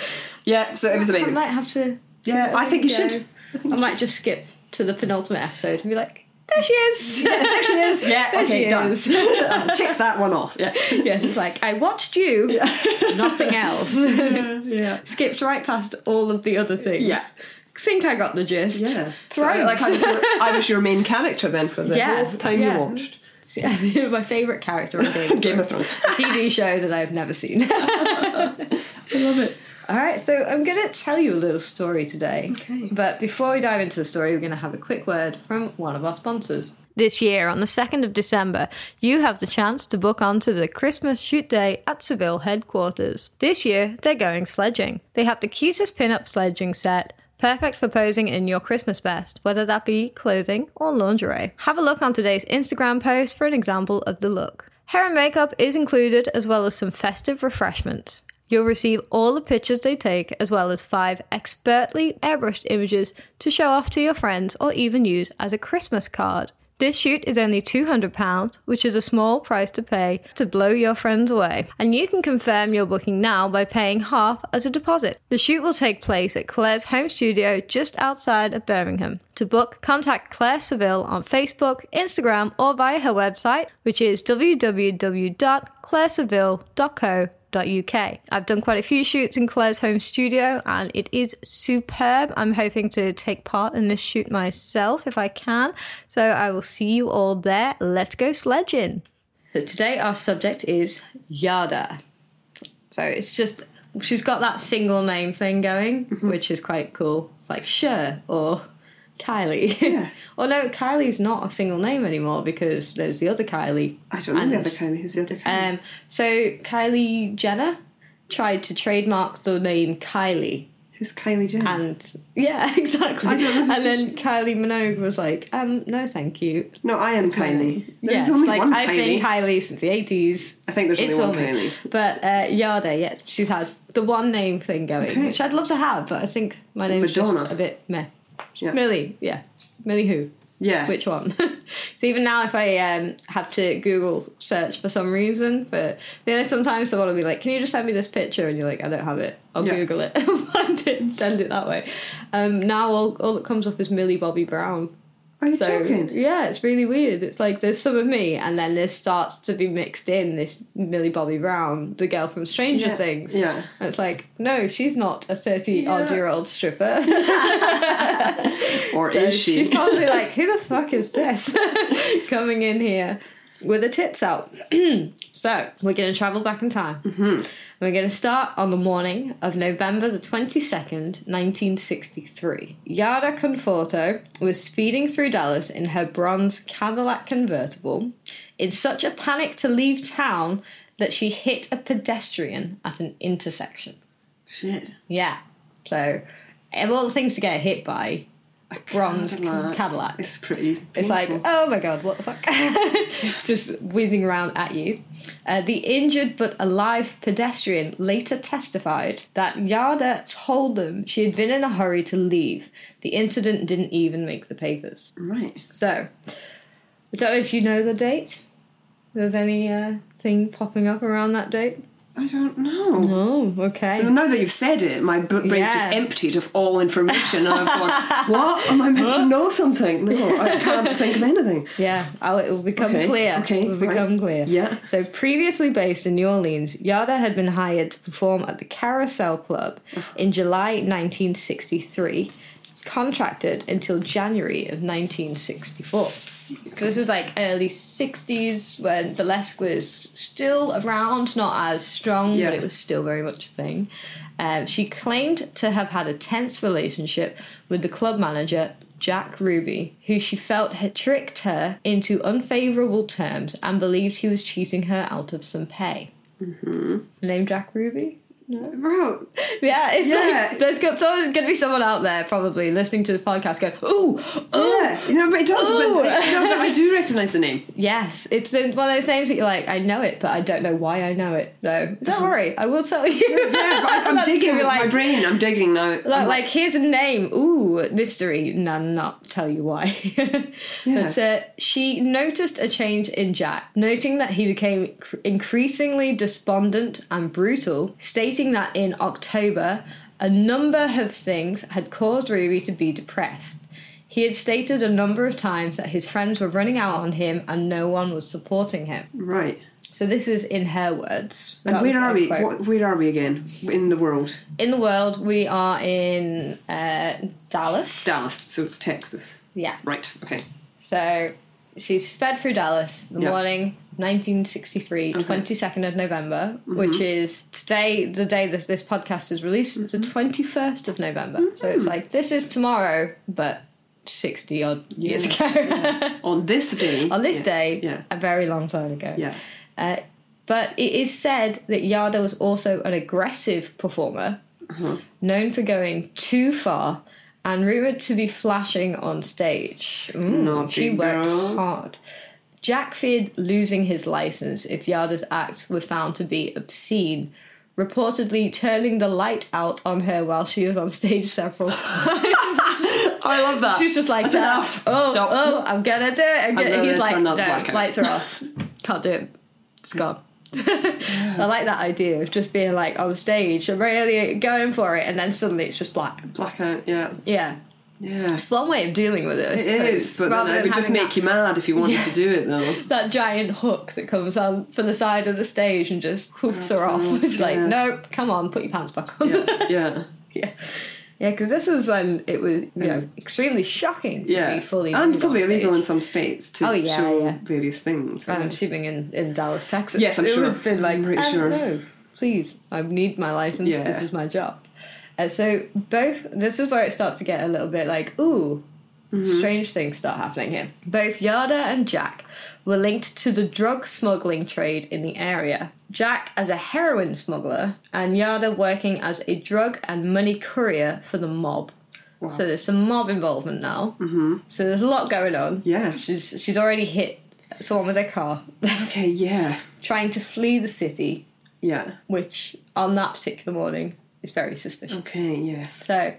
Speaker 2: Yeah,
Speaker 1: *laughs*
Speaker 2: so *laughs* it was
Speaker 1: I
Speaker 2: amazing.
Speaker 1: might have to.
Speaker 2: Yeah, I think you
Speaker 1: Yeah.
Speaker 2: should.
Speaker 1: I might just skip to the penultimate episode and be like, there she
Speaker 2: *laughs*
Speaker 1: is. *laughs*
Speaker 2: there she is. Yeah,
Speaker 1: There
Speaker 2: okay,
Speaker 1: she
Speaker 2: done. *laughs*
Speaker 1: is.
Speaker 2: Tick that one off. Yeah.
Speaker 1: yes, it's like I watched you, *laughs* nothing else.
Speaker 2: *laughs* Yeah.
Speaker 1: Skipped right past all of the other things.
Speaker 2: Yeah.
Speaker 1: Think I got the gist.
Speaker 2: Yeah. So,
Speaker 1: Thrones.
Speaker 2: like
Speaker 1: *laughs*
Speaker 2: I was, your, I was your main character then for the
Speaker 1: Yeah,
Speaker 2: whole time
Speaker 1: yeah.
Speaker 2: you watched
Speaker 1: Yeah, my favourite character on Game,
Speaker 2: *laughs* Game of Thrones.
Speaker 1: a TV show that I've never seen.
Speaker 2: I love it.
Speaker 1: All right, so I'm going to tell you a little story today.
Speaker 2: Okay.
Speaker 1: But before we dive into the story, we're going to have a quick word from one of our sponsors. This year, on the 2nd of December, you have the chance to book onto the Christmas shoot day at Seville headquarters. This year, they're going sledging. They have the cutest pin up sledging set. Perfect for posing in your Christmas best, whether that be clothing or lingerie. Have a look on today's Instagram post for an example of the look. Hair and makeup is included, as well as some festive refreshments. You'll receive all the pictures they take, as well as five expertly airbrushed images to show off to your friends or even use as a Christmas card. This shoot is only £200, which is a small price to pay to blow your friends away. And you can confirm your booking now by paying half as a deposit. The shoot will take place at Claire's home studio just outside of Birmingham. To book, contact Claire Seville on Facebook, Instagram, or via her website, which is www.claireseville.co uk. I've done quite a few shoots in Claire's home studio and it is superb. I'm hoping to take part in this shoot myself if I can. So I will see you all there. Let's go sledging. So today our subject is Yada. So it's just she's got that single name thing going,
Speaker 2: Mm-hmm.
Speaker 1: which is quite cool. It's like Sure or Kylie. *laughs*
Speaker 2: Yeah.
Speaker 1: or no, Kylie's not a single name anymore because there's the other Kylie.
Speaker 2: I don't know
Speaker 1: and
Speaker 2: the other kind. Who's the other kind?
Speaker 1: um, so Kylie Jenner tried to trademark the name Kylie,
Speaker 2: Who's Kylie Jenner?
Speaker 1: and yeah, *laughs* exactly.
Speaker 2: don't
Speaker 1: And then Kylie Minogue was like, um, "No, thank you."
Speaker 2: no, I am Kylie. There's
Speaker 1: yeah,
Speaker 2: only
Speaker 1: like
Speaker 2: one
Speaker 1: I've
Speaker 2: Kylie.
Speaker 1: been Kylie since the eighties.
Speaker 2: I think there's only
Speaker 1: It's
Speaker 2: one
Speaker 1: all me.
Speaker 2: Kylie.
Speaker 1: But uh, Yada, yeah, she's had the one name thing going,
Speaker 2: Okay.
Speaker 1: which I'd love to have, but I think my name's
Speaker 2: Madonna.
Speaker 1: just a bit meh.
Speaker 2: Yeah.
Speaker 1: Millie, yeah, Millie who?
Speaker 2: Yeah.
Speaker 1: Which one? *laughs* so even now, if I um, have to Google search for some reason, but you know, sometimes someone will be like, "Can you just send me this picture?" And you're like, "I don't have it. I'll
Speaker 2: Yeah.
Speaker 1: Google it, *laughs* find it, and send it that way." Um, now all all that comes up is Millie Bobby Brown.
Speaker 2: Are you
Speaker 1: So
Speaker 2: joking?
Speaker 1: yeah, it's really weird. It's like there's some of me, and then there starts to be mixed in this Millie Bobby Brown, the girl from Stranger
Speaker 2: Yeah,
Speaker 1: Things.
Speaker 2: yeah.
Speaker 1: and it's like no, she's not a thirty odd
Speaker 2: Yeah.
Speaker 1: year old stripper. *laughs*
Speaker 2: Or
Speaker 1: So
Speaker 2: is she?
Speaker 1: She's probably like, who the fuck
Speaker 2: *laughs*
Speaker 1: is this *laughs* coming in here with her tits out? *clears throat* so we're going to travel back in time.
Speaker 2: Mm-hmm.
Speaker 1: And we're going to start on the morning of November the 22nd, 1963. Yada Conforto was speeding through Dallas in her bronze Cadillac convertible in such a panic to leave town that she hit a pedestrian at an intersection.
Speaker 2: Shit.
Speaker 1: Yeah. So, of all the things to get hit by,
Speaker 2: A
Speaker 1: bronze
Speaker 2: Cadillac.
Speaker 1: Cadillac.
Speaker 2: It's pretty.
Speaker 1: It's like,
Speaker 2: painful.
Speaker 1: oh my god, what the fuck? *laughs* Just whizzing around at you. Uh, the injured but alive pedestrian later testified that Yada told them she had been in a hurry to leave. The incident didn't even make the papers.
Speaker 2: right.
Speaker 1: So, I don't know if you know the date. There's any uh, thing popping up around that date?
Speaker 2: I don't know.
Speaker 1: Oh, okay.
Speaker 2: Well, Now that you've said it, my b- brain's just
Speaker 1: Yeah. emptied
Speaker 2: emptied of all information, and I've *laughs* gone, "What am I meant to know? Something? No, I can't think of anything."
Speaker 1: Yeah, I'll, it will become
Speaker 2: Okay,
Speaker 1: clear.
Speaker 2: okay,
Speaker 1: it will become
Speaker 2: right.
Speaker 1: clear.
Speaker 2: Yeah.
Speaker 1: So previously based in New Orleans, Yada had been hired to perform at the Carousel Club in July 1963, contracted until January of 1964. So this was like early 60s when burlesque was still around, not as strong,
Speaker 2: Yeah.
Speaker 1: but it was still very much a thing. Um, she claimed to have had a tense relationship with the club manager, Jack Ruby, who she felt had tricked her into unfavourable terms and believed he was cheating her out of some pay. Mm-hmm. Name Jack Ruby? *laughs*
Speaker 2: Well,
Speaker 1: Yeah, it's
Speaker 2: Yeah.
Speaker 1: like there's going to be someone out there probably listening to this podcast going, ooh, ooh,
Speaker 2: yeah, you know, but it does. But, you know, but I do recognise the *laughs* name.
Speaker 1: yes. It's one of those names that you're like, I know it, but I don't know why I know it. So don't worry, I will tell you.
Speaker 2: Uh-huh. Yeah, but I,
Speaker 1: *laughs*
Speaker 2: I'm
Speaker 1: That's
Speaker 2: digging.
Speaker 1: gonna be like-
Speaker 2: my brain, I'm digging now.
Speaker 1: Like, like, here's a name. Ooh, mystery. No, not tell you why. *laughs* But uh, she noticed a change in Jack, noting that he became cr- increasingly despondent and brutal, stating that in October, a number of things had caused Ruby to be depressed. He had stated a number of times that his friends were running out on him and no one was supporting him.
Speaker 2: right.
Speaker 1: So this was in her words.
Speaker 2: And
Speaker 1: That was
Speaker 2: where are
Speaker 1: her
Speaker 2: we?
Speaker 1: quote.
Speaker 2: What, where are we again in the world?
Speaker 1: In the world, we are in uh, Dallas.
Speaker 2: Dallas, so Texas.
Speaker 1: Yeah.
Speaker 2: Right. Okay.
Speaker 1: So she's fed through Dallas the
Speaker 2: Yeah.
Speaker 1: morning, 1963, 22nd of November,
Speaker 2: Mm-hmm.
Speaker 1: which is today, the day this, this podcast is released, it's the
Speaker 2: Mm-hmm.
Speaker 1: 21st of November. So it's like, this is tomorrow, but 60 odd years ago. *laughs*
Speaker 2: On this day.
Speaker 1: On this
Speaker 2: Yeah.
Speaker 1: day,
Speaker 2: Yeah.
Speaker 1: a very long time ago.
Speaker 2: Yeah.
Speaker 1: Uh, but it is said that Yada was also an aggressive performer,
Speaker 2: Uh-huh.
Speaker 1: known for going too far and rumored to be flashing on stage. Mm,
Speaker 2: Naughty
Speaker 1: she worked
Speaker 2: girl.
Speaker 1: hard. Jack feared losing his license if Yada's acts were found to be obscene, reportedly turning the light out on her while she was on stage several *laughs*
Speaker 2: *laughs* I love that.
Speaker 1: She's just like
Speaker 2: That's
Speaker 1: that.
Speaker 2: enough.
Speaker 1: Oh,
Speaker 2: Stop.
Speaker 1: oh, I'm gonna do it. I'm gonna,
Speaker 2: gonna
Speaker 1: he's like,
Speaker 2: turn
Speaker 1: no,
Speaker 2: that blackout."
Speaker 1: lights are off. Can't do it. It's gone. *laughs* I like that idea of just being like on stage and really going for it, and then suddenly it's just black.
Speaker 2: Blackout. Yeah.
Speaker 1: Yeah,
Speaker 2: Yeah.
Speaker 1: it's one way of dealing with it. I
Speaker 2: It is,
Speaker 1: suppose,
Speaker 2: but then
Speaker 1: rather
Speaker 2: it
Speaker 1: than
Speaker 2: would just
Speaker 1: having
Speaker 2: make you mad if you wanted
Speaker 1: Yeah.
Speaker 2: to do it, though.
Speaker 1: that, that giant hook that comes on from the side of the stage and just hoops her off. *laughs*
Speaker 2: Absolutely,
Speaker 1: It's like,
Speaker 2: yeah.
Speaker 1: nope, come on, put your pants back on.
Speaker 2: *laughs* Yeah, yeah,
Speaker 1: *laughs* yeah, yeah, because this was when it was you know extremely shocking to
Speaker 2: yeah.
Speaker 1: be fully nude
Speaker 2: and
Speaker 1: on
Speaker 2: probably illegal
Speaker 1: stage.
Speaker 2: in some states to
Speaker 1: Oh, yeah,
Speaker 2: show
Speaker 1: yeah.
Speaker 2: various things.
Speaker 1: I'm assuming in, in Dallas, Texas.
Speaker 2: Yes, I'm
Speaker 1: it
Speaker 2: sure.
Speaker 1: would have been like,
Speaker 2: I'm pretty
Speaker 1: um,
Speaker 2: sure.
Speaker 1: no, please, I need my license.
Speaker 2: Yeah.
Speaker 1: This is my job. Uh, so both, this is where it starts to get a little bit like, ooh,
Speaker 2: Mm-hmm.
Speaker 1: strange things start happening here. Both Yada and Jack were linked to the drug smuggling trade in the area. Jack as a heroin smuggler, and Yada working as a drug and money courier for the mob. So there's some mob involvement now. Mm-hmm. So there's a lot going on.
Speaker 2: Yeah.
Speaker 1: she's she's already hit someone with a car, *laughs*
Speaker 2: Okay, yeah,
Speaker 1: trying to flee the city,
Speaker 2: yeah.
Speaker 1: which on that particular morning is very suspicious.
Speaker 2: Okay, yes.
Speaker 1: So,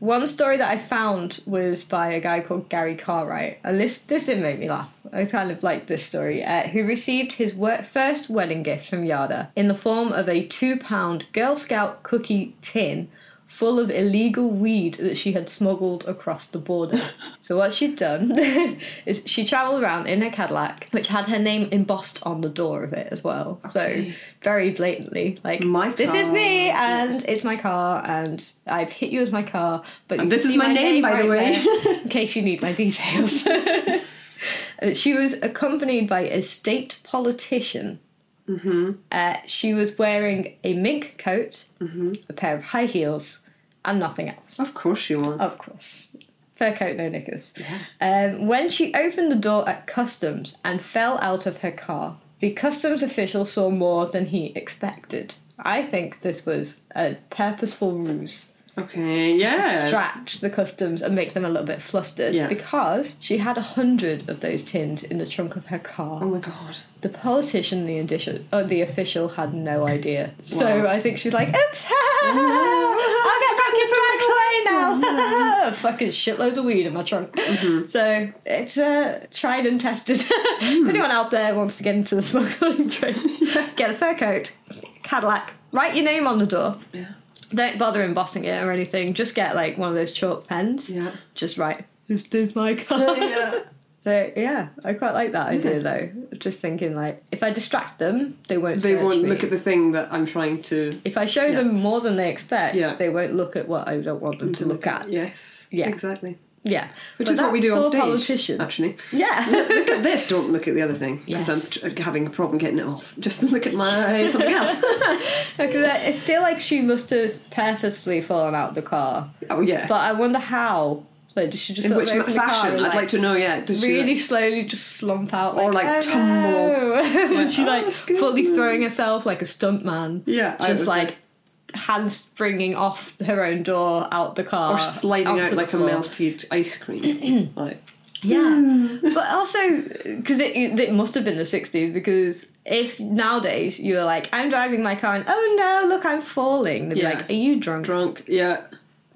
Speaker 1: one story that I found was by a guy called Gary Cartwright, and this this did make me laugh. I kind of liked this story. Uh, who received his wor- first wedding gift from Yada in the form of a two pound Girl Scout cookie tin. Full of illegal weed that she had smuggled across the border. so, what she'd done *laughs* is she travelled around in her Cadillac, which had her name embossed on the door of it as well. So, very blatantly, like,
Speaker 2: My
Speaker 1: this is
Speaker 2: car.
Speaker 1: me, and it's my car, and I've hit you with my car. But you
Speaker 2: this
Speaker 1: can
Speaker 2: is
Speaker 1: see
Speaker 2: my name, by the way. *laughs*
Speaker 1: there, in case you need my details. Uh, she was accompanied by a state politician.
Speaker 2: Mm-hmm.
Speaker 1: Uh, she was wearing a mink coat,
Speaker 2: Mm-hmm.
Speaker 1: a pair of high heels, and nothing else.
Speaker 2: Of course you are.
Speaker 1: Of course. Fur coat, no knickers. Um, when she opened the door at customs and fell out of her car, the customs official saw more than he expected. I think this was a purposeful ruse
Speaker 2: Okay,
Speaker 1: to
Speaker 2: yeah.
Speaker 1: distract the customs and make them a little bit flustered
Speaker 2: Yeah.
Speaker 1: because she had a hundred of those tins in the trunk of her car.
Speaker 2: Oh my god.
Speaker 1: The politician, the, addition, uh, the official, had no idea. So I think she's like, oops, *laughs*
Speaker 2: *laughs*
Speaker 1: I'll get back in my clay now. *laughs* Fucking shitloads of weed in my trunk.
Speaker 2: Mm-hmm.
Speaker 1: So it's uh, tried and *laughs*
Speaker 2: Hmm. *laughs*
Speaker 1: tested. if anyone out there wants to get into the smuggling trade, get a fur coat, Cadillac. Write your name on the door.
Speaker 2: Yeah.
Speaker 1: Don't bother embossing it or anything. Just get like one of those chalk pens.
Speaker 2: Yeah.
Speaker 1: Just write, this is my car.
Speaker 2: yeah.
Speaker 1: *laughs* so yeah, I quite like that idea though. Just thinking like, if I distract them, they won't
Speaker 2: They
Speaker 1: search
Speaker 2: won't
Speaker 1: me.
Speaker 2: look at the thing that I'm trying to
Speaker 1: If I show them more than they expect,
Speaker 2: Yeah.
Speaker 1: they won't look at what I don't want them to look at. Yeah.
Speaker 2: Yes.
Speaker 1: Yeah.
Speaker 2: Exactly. Which
Speaker 1: But
Speaker 2: is what we
Speaker 1: that's
Speaker 2: do on
Speaker 1: for
Speaker 2: stage.
Speaker 1: politicians.
Speaker 2: Actually.
Speaker 1: *laughs* Yeah.
Speaker 2: look at this, don't look at the other thing. Because
Speaker 1: Yes.
Speaker 2: I'm tr- having a problem getting it off. Just look at my something
Speaker 1: *laughs*
Speaker 2: else.
Speaker 1: Because I I feel like she must have purposefully fallen out of the car.
Speaker 2: Oh, yeah.
Speaker 1: But I wonder how. Like, did she just
Speaker 2: In
Speaker 1: sort
Speaker 2: which
Speaker 1: of open the car
Speaker 2: fashion?
Speaker 1: and,
Speaker 2: I'd like to know, yeah. Did she,
Speaker 1: really slowly just slump out,
Speaker 2: Or, like,
Speaker 1: "Oh,
Speaker 2: tumble."
Speaker 1: no." *laughs* and she like
Speaker 2: Oh,
Speaker 1: fully
Speaker 2: goodness.
Speaker 1: throwing herself like a stuntman.
Speaker 2: Yeah, I
Speaker 1: just
Speaker 2: was
Speaker 1: like hand springing off her own door out the car
Speaker 2: or sliding
Speaker 1: onto
Speaker 2: out
Speaker 1: the
Speaker 2: like a
Speaker 1: floor.
Speaker 2: melted ice cream.
Speaker 1: *clears throat*
Speaker 2: like, *laughs*
Speaker 1: Yeah, but also because it it must have been the sixties because if nowadays you were like I'm driving my car and oh no look I'm falling they'd
Speaker 2: Yeah.
Speaker 1: be like are you drunk?
Speaker 2: drunk. Yeah.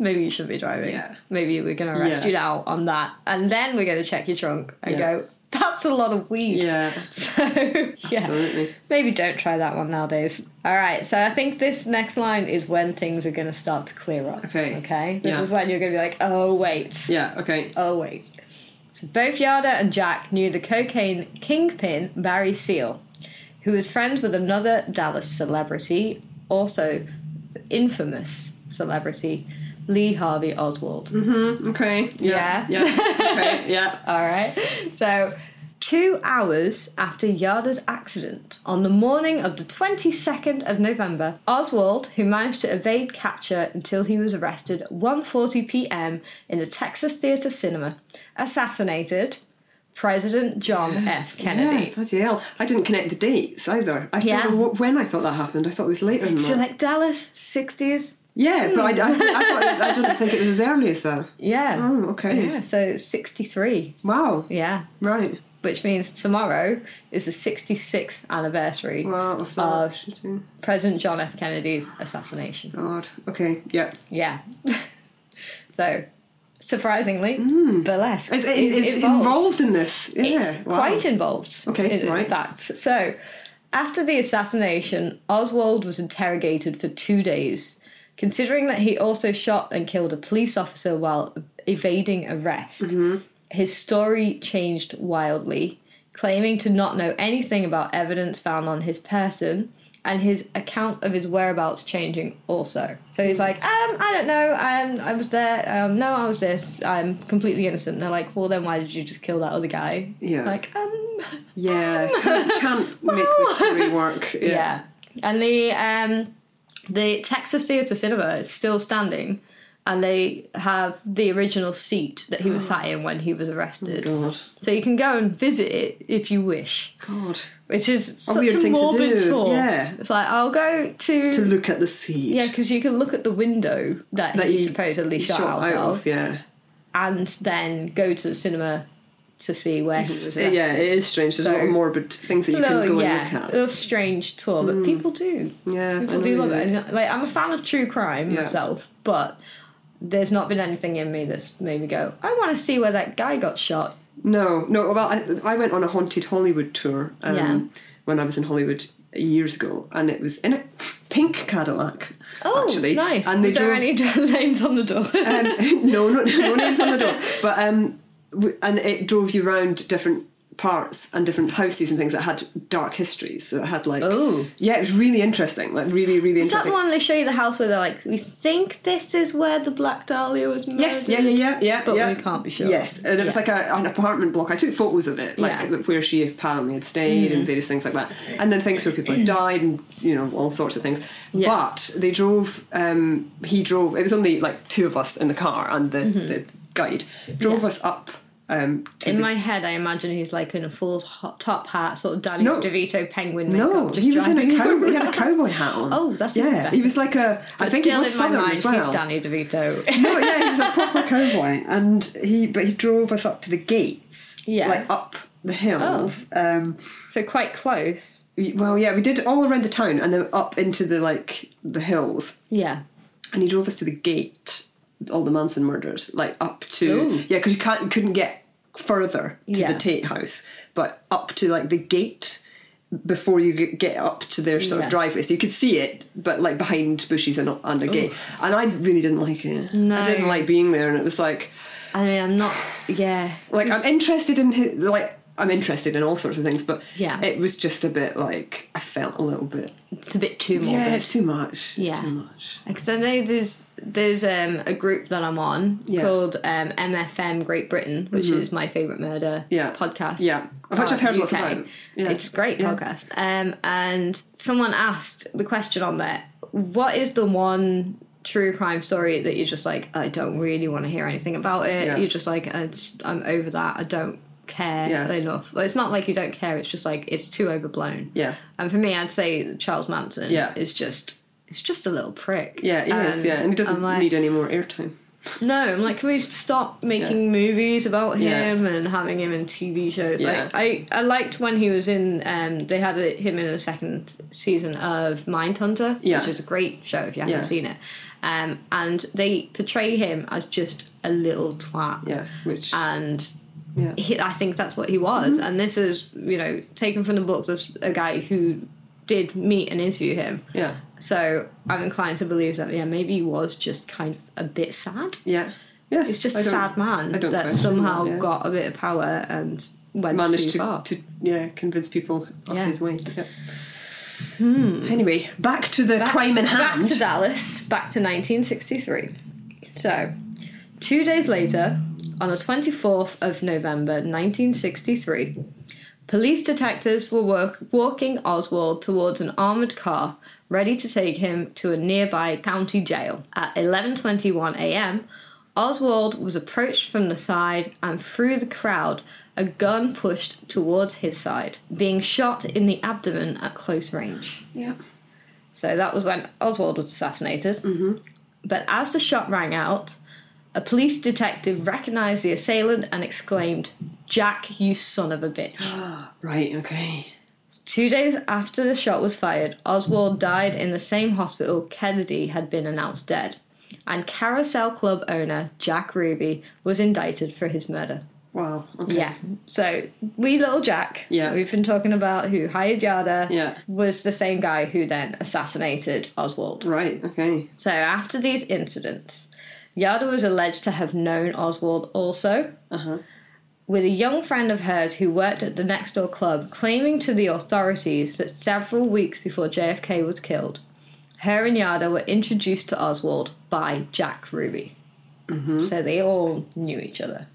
Speaker 1: Maybe you shouldn't be driving.
Speaker 2: Yeah.
Speaker 1: Maybe we're gonna arrest
Speaker 2: Yeah.
Speaker 1: you now on that and then we're gonna check your trunk and
Speaker 2: Yeah.
Speaker 1: go that's a lot of weed.
Speaker 2: Yeah.
Speaker 1: *laughs* So yeah,
Speaker 2: Absolutely.
Speaker 1: maybe don't try that one nowadays. All right, so I think this next line is when things are gonna start to clear up.
Speaker 2: Okay.
Speaker 1: okay, this
Speaker 2: Yeah.
Speaker 1: is when you're gonna be like oh wait.
Speaker 2: Yeah. Okay.
Speaker 1: Oh, wait. So both Yada and Jack knew the cocaine kingpin, Barry Seal, who was friends with another Dallas celebrity, also the infamous celebrity, Lee Harvey Oswald.
Speaker 2: Okay. Mm-hmm. Yeah.
Speaker 1: Yeah.
Speaker 2: yeah. Okay. Yeah.
Speaker 1: *laughs* All right. So, two hours after Yada's accident, on the morning of the 22nd of November, Oswald, who managed to evade capture until he was arrested at 1.40 p.m. in the Texas Theater Cinema, assassinated President John F.
Speaker 2: Yeah,
Speaker 1: Kennedy.
Speaker 2: bloody hell. I didn't connect the dates either. I
Speaker 1: Yeah.
Speaker 2: don't know what, when I thought that happened. I thought it was later than
Speaker 1: So,
Speaker 2: that.
Speaker 1: like, Dallas, 60s?
Speaker 2: Yeah, but I, I, I, thought,
Speaker 1: *laughs*
Speaker 2: I didn't think it was as early as that.
Speaker 1: Yeah.
Speaker 2: Oh, okay.
Speaker 1: Yeah, so 63.
Speaker 2: Wow.
Speaker 1: Yeah.
Speaker 2: Right.
Speaker 1: Which means tomorrow is the 66th anniversary
Speaker 2: Wow, what's that?
Speaker 1: Uh,
Speaker 2: Shooting.
Speaker 1: President John F. Kennedy's assassination.
Speaker 2: God. Okay. Yeah.
Speaker 1: Yeah. *laughs* so, surprisingly, burlesque
Speaker 2: Mm. It's,
Speaker 1: is,
Speaker 2: it- it's involved.
Speaker 1: involved.
Speaker 2: in this. Yeah.
Speaker 1: It's
Speaker 2: wow.
Speaker 1: quite involved.
Speaker 2: Okay,
Speaker 1: in, in
Speaker 2: right.
Speaker 1: fact. So, after the assassination, Oswald was interrogated for two days. Considering that he also shot and killed a police officer while evading arrest, his story changed wildly, claiming to not know anything about evidence found on his person. And his account of his whereabouts changing also. So he's like, um, I don't know, um, I was there, um, no, I was this, I'm completely innocent. And they're like, well, then why did you just kill that other guy?
Speaker 2: Yeah.
Speaker 1: Like, um, *laughs*
Speaker 2: Yeah. can't, can't make this story work. Yeah.
Speaker 1: yeah. And the um, the Texas Theatre Cinema is still standing, and they have the original seat that he was
Speaker 2: *gasps*
Speaker 1: sat in when he was arrested.
Speaker 2: God.
Speaker 1: so you can go and visit it if you wish,
Speaker 2: God.
Speaker 1: which is such a,
Speaker 2: weird thing to
Speaker 1: morbid
Speaker 2: do,
Speaker 1: tour.
Speaker 2: yeah.
Speaker 1: It's like I'll go to,
Speaker 2: To look at the seed.
Speaker 1: yeah, because you can look at the window that,
Speaker 2: That
Speaker 1: he
Speaker 2: you
Speaker 1: supposedly shot,
Speaker 2: Shot
Speaker 1: out
Speaker 2: out
Speaker 1: of,
Speaker 2: of. Yeah.
Speaker 1: and then go to the cinema to see where he was. Arrested.
Speaker 2: Yeah. It is strange. There's a lot of
Speaker 1: So-
Speaker 2: morbid things that you
Speaker 1: little,
Speaker 2: can go
Speaker 1: yeah,
Speaker 2: and look
Speaker 1: a
Speaker 2: at.
Speaker 1: little strange tour, but people do.
Speaker 2: Yeah, I
Speaker 1: people
Speaker 2: know
Speaker 1: do love
Speaker 2: you
Speaker 1: it. And, like I'm a fan of true crime myself, but there's not been anything in me that's made me go, I want to see where that guy got shot.
Speaker 2: No. No. Well, I, I went on a haunted Hollywood tour. Um,
Speaker 1: Yeah.
Speaker 2: When I was in Hollywood years ago, and it was in a pink Cadillac.
Speaker 1: Oh,
Speaker 2: actually,
Speaker 1: nice.
Speaker 2: And they
Speaker 1: Was there
Speaker 2: drove-
Speaker 1: any *laughs* names on the door?
Speaker 2: *laughs* um, no, no, no names on
Speaker 1: *laughs*
Speaker 2: the door. But um, w- and it drove you round different parts and different houses and things that had dark histories. So it had like,
Speaker 1: Oh.
Speaker 2: yeah, it was really interesting. Like really, really
Speaker 1: Is that the
Speaker 2: interesting.
Speaker 1: one they show you the house where they're like, we think this is where the Black Dahlia was murdered?
Speaker 2: Yes, yeah, yeah, yeah, yeah.
Speaker 1: But
Speaker 2: yeah.
Speaker 1: we can't be sure.
Speaker 2: Yes, and it was
Speaker 1: Yeah.
Speaker 2: like a, an apartment block. I took photos of it, like
Speaker 1: Yeah. Mm.
Speaker 2: where she apparently had stayed and various things like that, and then things where people had died and you know all sorts of things.
Speaker 1: Yeah.
Speaker 2: But they drove. Um, he drove. It was only like two of us in the car, and the,
Speaker 1: Mm-hmm.
Speaker 2: the guide drove us up. Um, to
Speaker 1: In
Speaker 2: the
Speaker 1: my head, I imagine he's like in a full hot top hat, sort of Daniel
Speaker 2: No.
Speaker 1: DeVito penguin makeup.
Speaker 2: No,
Speaker 1: just
Speaker 2: he was in a
Speaker 1: driving.
Speaker 2: cow- he had
Speaker 1: *laughs*
Speaker 2: a cowboy hat on.
Speaker 1: Oh, that's even
Speaker 2: yeah.
Speaker 1: better.
Speaker 2: He was like a. I think he
Speaker 1: Still
Speaker 2: was
Speaker 1: in my
Speaker 2: southern
Speaker 1: mind,
Speaker 2: as well.
Speaker 1: he's Danny DeVito. *laughs*
Speaker 2: no, yeah, he was a proper cowboy, and he but he drove us up to the gates,
Speaker 1: Yeah. Oh.
Speaker 2: like up the hills. Um,
Speaker 1: so quite close.
Speaker 2: we- well, yeah, we did all around the town and then up into the like the hills,
Speaker 1: Yeah.
Speaker 2: and he drove us to the gate. All the Manson murders, like up to
Speaker 1: Ooh.
Speaker 2: yeah, because you can't you couldn't get further to
Speaker 1: Yeah.
Speaker 2: the Tate House, but up to like the gate. before you g- get up to their sort
Speaker 1: Yeah.
Speaker 2: of driveway. So you could see it, but like behind bushes and, and a gate. And I really didn't like it.
Speaker 1: No.
Speaker 2: I didn't like being there, and it was like,
Speaker 1: I mean, I'm not. Yeah.
Speaker 2: like I'm interested in hi- like I'm interested in all sorts of things, but
Speaker 1: Yeah.
Speaker 2: it was just a bit like I felt a little bit.
Speaker 1: It's a bit too morbid.
Speaker 2: Yeah, it's too much. It's
Speaker 1: Yeah.
Speaker 2: too much.
Speaker 1: Because I know there's there's um, a group that I'm on
Speaker 2: Yeah. Mm-hmm.
Speaker 1: called um, MFM Great Britain, which is my favorite murder
Speaker 2: Yeah.
Speaker 1: podcast.
Speaker 2: Yeah. Of which
Speaker 1: uh,
Speaker 2: I've heard lots
Speaker 1: UK.
Speaker 2: about. Yeah.
Speaker 1: It's a great
Speaker 2: Yeah.
Speaker 1: podcast. Um, and someone asked the question on there: What is the one true crime story that you're just like, I don't really want to hear anything about it?
Speaker 2: Yeah.
Speaker 1: You're just like, I just, I'm over that. I don't care
Speaker 2: Yeah.
Speaker 1: enough. Well, it's not like you don't care. It's just like it's too overblown.
Speaker 2: Yeah.
Speaker 1: And for me, I'd say Charles Manson
Speaker 2: Yeah.
Speaker 1: is just it's just a little prick.
Speaker 2: Yeah, it is.
Speaker 1: And
Speaker 2: Yeah, and it doesn't
Speaker 1: Um, I'm like,
Speaker 2: need any more airtime.
Speaker 1: No, I'm like, can we stop making movies about
Speaker 2: Yeah.
Speaker 1: him and having him in TV shows?
Speaker 2: Yeah.
Speaker 1: Like, I I liked when he was in. Um, they had a, him in a second season of Mindhunter,
Speaker 2: Yeah.
Speaker 1: which is a great show if you haven't
Speaker 2: Yeah.
Speaker 1: seen it. Um, and they portray him as just a little twat.
Speaker 2: Yeah, which
Speaker 1: And
Speaker 2: yeah, Mm-hmm.
Speaker 1: he, I think that's what he was. And this is, you know, taken from the books of a guy who did meet and interview him.
Speaker 2: yeah,
Speaker 1: So I'm inclined to believe that, yeah, maybe he was just kind of a bit sad.
Speaker 2: yeah, yeah.
Speaker 1: He's just
Speaker 2: I
Speaker 1: a
Speaker 2: don't-
Speaker 1: sad man
Speaker 2: I don't
Speaker 1: that
Speaker 2: question
Speaker 1: somehow
Speaker 2: that, yeah.
Speaker 1: got a bit of power and went
Speaker 2: managed
Speaker 1: too
Speaker 2: to,
Speaker 1: far.
Speaker 2: to yeah convince people of
Speaker 1: Yeah. Hmm.
Speaker 2: his way. Yeah. Anyway, back to the crime in hand.
Speaker 1: Back to Dallas, back to 1963. So, two days later, on the 24th of November 1963, police detectives were work- walking Oswald towards an armored car ready to take him to a nearby county jail. At 11:21 a.m., Oswald was approached from the side and through the crowd, a gun pushed towards his side, being shot in the abdomen at close range.
Speaker 2: yeah,
Speaker 1: So that was when Oswald was assassinated.
Speaker 2: Mm-hmm.
Speaker 1: But as the shot rang out, a police detective recognized the assailant and exclaimed, Jack, you son of a
Speaker 2: *gasps*
Speaker 1: bitch.
Speaker 2: right, okay,
Speaker 1: Two days after the shot was fired, Oswald died in the same hospital Kennedy had been announced dead. And Carousel Club owner Jack Ruby was indicted for his murder.
Speaker 2: wow, okay.
Speaker 1: Yeah. So wee little Jack,
Speaker 2: Yeah.
Speaker 1: that we've been talking about, who hired Yada,
Speaker 2: Yeah.
Speaker 1: was the same guy who then assassinated Oswald.
Speaker 2: right, okay,
Speaker 1: So after these incidents, Yada was alleged to have known Oswald also. With a young friend of hers who worked at the next door club claiming to the authorities that several weeks before JFK was killed, her and Yada were introduced to Oswald by Jack Ruby. So they all knew each other.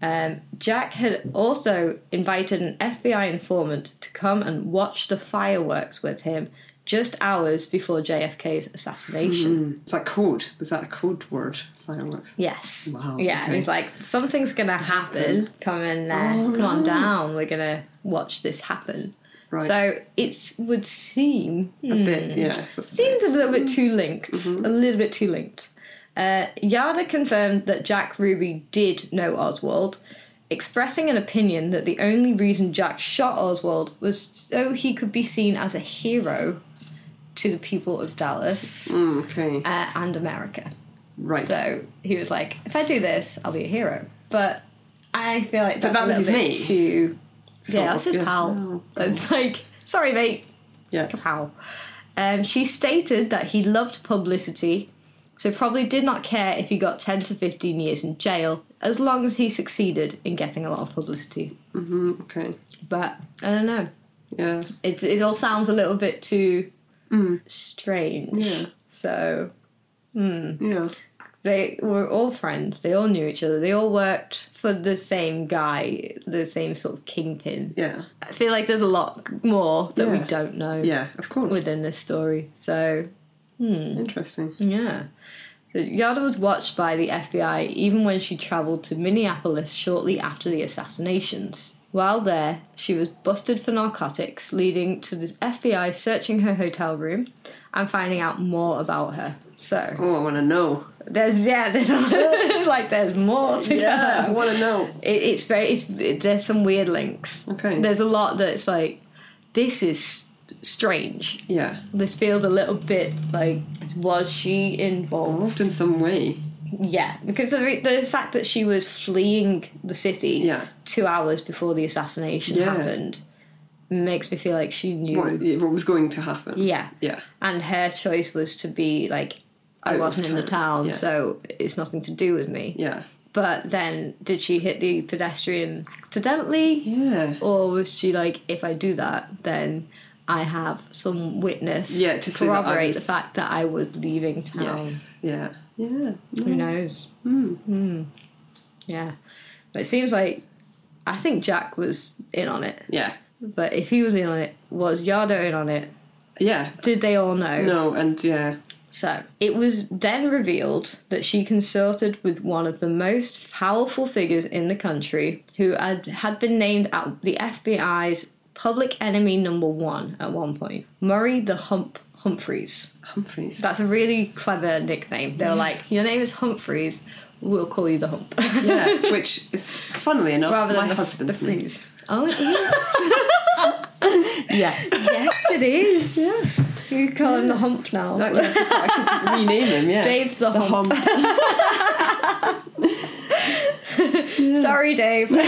Speaker 1: Um, Jack had also invited an FBI informant to come and watch the fireworks with him just hours before JFK's assassination.
Speaker 2: it's like code. Was that a code word? Fireworks.
Speaker 1: Yes.
Speaker 2: Wow,
Speaker 1: Yeah, and
Speaker 2: okay. Oh,
Speaker 1: he's like, something's gonna happen. Come and uh, come on down. We're gonna watch this happen.
Speaker 2: Right.
Speaker 1: So it would seem
Speaker 2: A
Speaker 1: Hmm.
Speaker 2: bit, yeah. it's just-
Speaker 1: seems a little bit too linked.
Speaker 2: Mm-hmm.
Speaker 1: A little bit too linked. Uh, Yada confirmed that Jack Ruby did know Oswald, expressing an opinion that the only reason Jack shot Oswald was so he could be seen as a hero to the people of Dallas
Speaker 2: Mm, okay,
Speaker 1: uh, and America.
Speaker 2: right.
Speaker 1: So he was like, if I do this, I'll be a hero. But I feel like that's
Speaker 2: that
Speaker 1: a
Speaker 2: was
Speaker 1: little bit
Speaker 2: his mate.
Speaker 1: too.
Speaker 2: Sort
Speaker 1: yeah, that's
Speaker 2: of,
Speaker 1: his
Speaker 2: yeah. Oh,
Speaker 1: pal.
Speaker 2: No,
Speaker 1: It's like, sorry, mate,
Speaker 2: yeah,
Speaker 1: pal. Um, she stated that he loved publicity, so probably did not care if he got 10 to 15 years in jail, as long as he succeeded in getting a lot of publicity.
Speaker 2: mm, okay,
Speaker 1: But I don't know.
Speaker 2: yeah,
Speaker 1: It, it all sounds a little bit too strange.
Speaker 2: Mm. Yeah.
Speaker 1: So Mm-hmm.
Speaker 2: yeah,
Speaker 1: they were all friends. They all knew each other. They all worked for the same guy, the same sort of kingpin.
Speaker 2: yeah,
Speaker 1: I feel like there's a lot more that we
Speaker 2: Yeah.
Speaker 1: don't know
Speaker 2: yeah. Of course,
Speaker 1: within this story. So,
Speaker 2: interesting.
Speaker 1: yeah. So Yada was watched by the FBI even when she travelled to Minneapolis shortly after the assassinations. While there, she was busted for narcotics, leading to the FBI searching her hotel room and finding out more about her. So,
Speaker 2: Oh, I want to know.
Speaker 1: there's yeah, there's a, *laughs* like there's more to
Speaker 2: Yeah, I
Speaker 1: go.
Speaker 2: want to know.
Speaker 1: It, it's very it's it, there's some weird links.
Speaker 2: Okay.
Speaker 1: There's a lot that's like this is strange.
Speaker 2: Yeah,
Speaker 1: This feels a little bit like was she involved?
Speaker 2: involved in some way.
Speaker 1: Yeah, because the re- the fact that she was fleeing the city
Speaker 2: Yeah.
Speaker 1: two hours before the assassination
Speaker 2: Yeah.
Speaker 1: happened makes me feel like she knew.
Speaker 2: what, what was going to happen.
Speaker 1: Yeah.
Speaker 2: Yeah.
Speaker 1: And her choice was to be like, I
Speaker 2: Out of
Speaker 1: wasn't in the
Speaker 2: town,
Speaker 1: town,
Speaker 2: yeah.
Speaker 1: so it's nothing to do with me.
Speaker 2: Yeah.
Speaker 1: But then, did she hit the pedestrian accidentally?
Speaker 2: Yeah.
Speaker 1: Or was she like, if I do that, then I have some witness
Speaker 2: Yeah, to say that I
Speaker 1: corroborate
Speaker 2: was-
Speaker 1: the fact that I was leaving town?
Speaker 2: Yes. Yeah. Yeah.
Speaker 1: Who knows? Mm. Yeah. But it seems like I think Jack was in on it.
Speaker 2: Yeah.
Speaker 1: But if he was in on it, was Yardo in on it?
Speaker 2: Yeah.
Speaker 1: Did they all know?
Speaker 2: No, and yeah.
Speaker 1: So, it was then revealed that she consorted with one of the most powerful figures in the country who had, had been named at the FBI's public enemy number one at one point Murray the Hump Humphreys.
Speaker 2: Humphreys.
Speaker 1: That's a really clever nickname. They were like, Your name is Humphreys, we'll call you the Hump.
Speaker 2: yeah, which is funnily
Speaker 1: *laughs*
Speaker 2: enough
Speaker 1: Rather
Speaker 2: my
Speaker 1: than the,
Speaker 2: husband's
Speaker 1: the
Speaker 2: name.
Speaker 1: Freeze. Oh, it is. *laughs* yeah. Yes, it is. You call him the Hump now.
Speaker 2: That- yeah, I could rename him.
Speaker 1: *laughs*
Speaker 2: Yeah,
Speaker 1: Dave the Hump.
Speaker 2: Hump. *laughs*
Speaker 1: Sorry, Dave. *laughs* You're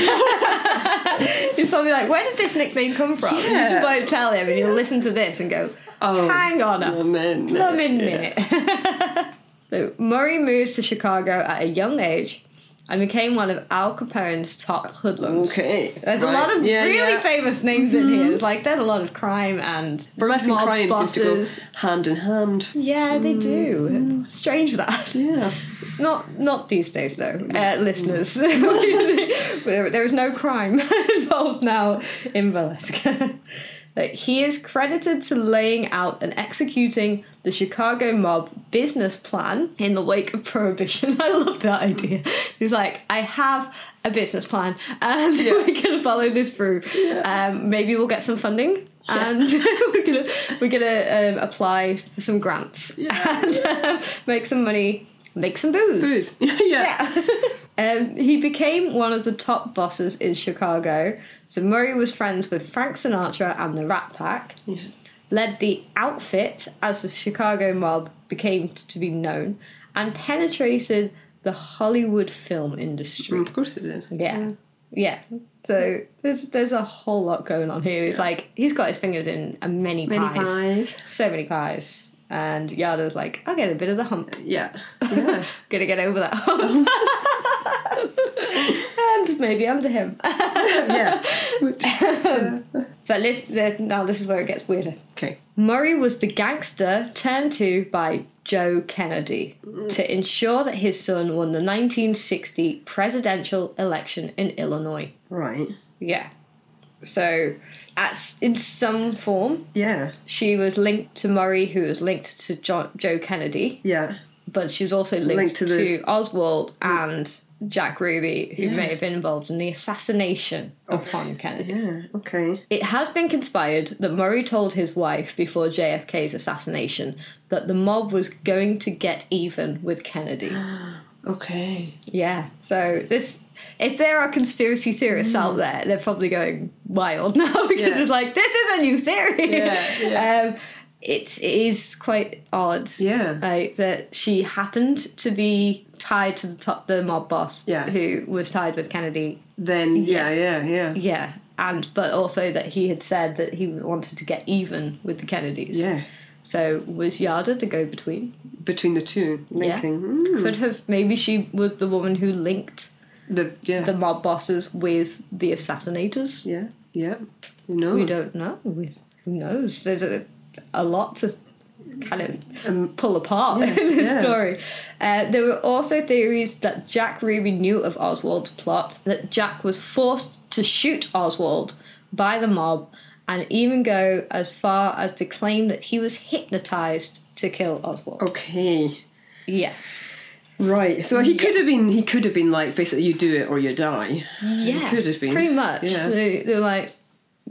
Speaker 1: probably like, where did this nickname come from? You
Speaker 2: Yeah.
Speaker 1: just won't tell him, and you'll listen to this and go,
Speaker 2: Oh,
Speaker 1: hang on a *laughs*
Speaker 2: woman.
Speaker 1: plumbing
Speaker 2: Yeah.
Speaker 1: minute. *laughs* so, Murray moved to Chicago at a young age and became one of Al Capone's top hoodlums.
Speaker 2: Okay,
Speaker 1: There's a
Speaker 2: right.
Speaker 1: lot of
Speaker 2: Yeah,
Speaker 1: really
Speaker 2: yeah.
Speaker 1: famous names in here. It's Like, there's a lot of crime and
Speaker 2: burlesque and
Speaker 1: mob
Speaker 2: crime
Speaker 1: bosses.
Speaker 2: seems to go Mm-hmm. hand in hand.
Speaker 1: Yeah, they do. Strange that.
Speaker 2: Yeah,
Speaker 1: It's not not these days though, uh, listeners. *laughs* there, there is no crime *laughs* involved now in burlesque. But he is credited to laying out and executing the Chicago mob business plan in the wake of prohibition. *laughs* I love that idea. He's like, I have a business plan, and *laughs* we're gonna follow this through. Um, maybe we'll get some funding. And *laughs* we're gonna we're gonna um, apply for some grants *laughs* and um, make some money, make some booze.
Speaker 2: Booze. *laughs* yeah, *laughs*
Speaker 1: Um, he became one of the top bosses in Chicago. So Murray was friends with Frank Sinatra and the Rat Pack. Led the outfit as the Chicago mob became to be known, and penetrated the Hollywood film industry.
Speaker 2: Mm, of course it did.
Speaker 1: Yeah, yeah. So there's there's a whole lot going on here. It's like he's got his fingers in a many,
Speaker 2: Many pies.
Speaker 1: so many pies. And Yada's like, I'll get a bit of the hump
Speaker 2: *laughs* Yeah, yeah.
Speaker 1: *laughs* gonna get over that hump. *laughs* and maybe under him.
Speaker 2: yeah. Which-
Speaker 1: But this, the, now this is where it gets weirder.
Speaker 2: okay.
Speaker 1: Murray was the gangster turned to by Joe Kennedy to ensure that his son won the 1960 presidential election in Illinois.
Speaker 2: Right.
Speaker 1: Yeah. So, at, in some form,
Speaker 2: Yeah.
Speaker 1: she was linked to Murray, who was linked to jo- Joe Kennedy.
Speaker 2: Yeah.
Speaker 1: but she's also linked,
Speaker 2: Linked to
Speaker 1: to,
Speaker 2: the-
Speaker 1: Oswald and Jack Ruby, who
Speaker 2: Yeah.
Speaker 1: may have been involved in the assassination of John Kennedy.
Speaker 2: Yeah. Okay.
Speaker 1: It has been conspired that Murray told his wife before JFK's assassination that the mob was going to get even with Kennedy.
Speaker 2: *gasps* Okay.
Speaker 1: Yeah, so this. If there are conspiracy theorists out there, they're probably going wild *laughs* now because
Speaker 2: Mm. Yeah.
Speaker 1: it's like this is a new theory.
Speaker 2: Yeah, yeah.
Speaker 1: *laughs* Um, it's it is quite odd.
Speaker 2: Yeah.
Speaker 1: like that she happened to be tied to the top the mob boss.
Speaker 2: Yeah.
Speaker 1: who was tied with Kennedy.
Speaker 2: Then yeah, yeah, yeah, yeah.
Speaker 1: Yeah, and but also that he had said that he wanted to get even with the Kennedys. So was Yada the go-between?
Speaker 2: Between the two, linking Mm,
Speaker 1: Could have maybe she was the woman who linked
Speaker 2: the yeah,
Speaker 1: the mob bosses with the assassinators.
Speaker 2: yeah, yeah. Who knows?
Speaker 1: We don't know. We, who knows? There's a, a lot to kind of um, pull apart *laughs* in this
Speaker 2: yeah.
Speaker 1: story. Uh, there were also theories that Jack Ruby knew of Oswald's plot, that Jack was forced to shoot Oswald by the mob, and even go as far as to claim that he was hypnotized to kill Oswald.
Speaker 2: Oh. Okay.
Speaker 1: Yes.
Speaker 2: Right. So he could have been. He could have been like basically, you do it or you die.
Speaker 1: Yeah.
Speaker 2: could have been.
Speaker 1: Pretty much.
Speaker 2: Yeah.
Speaker 1: They, they're like,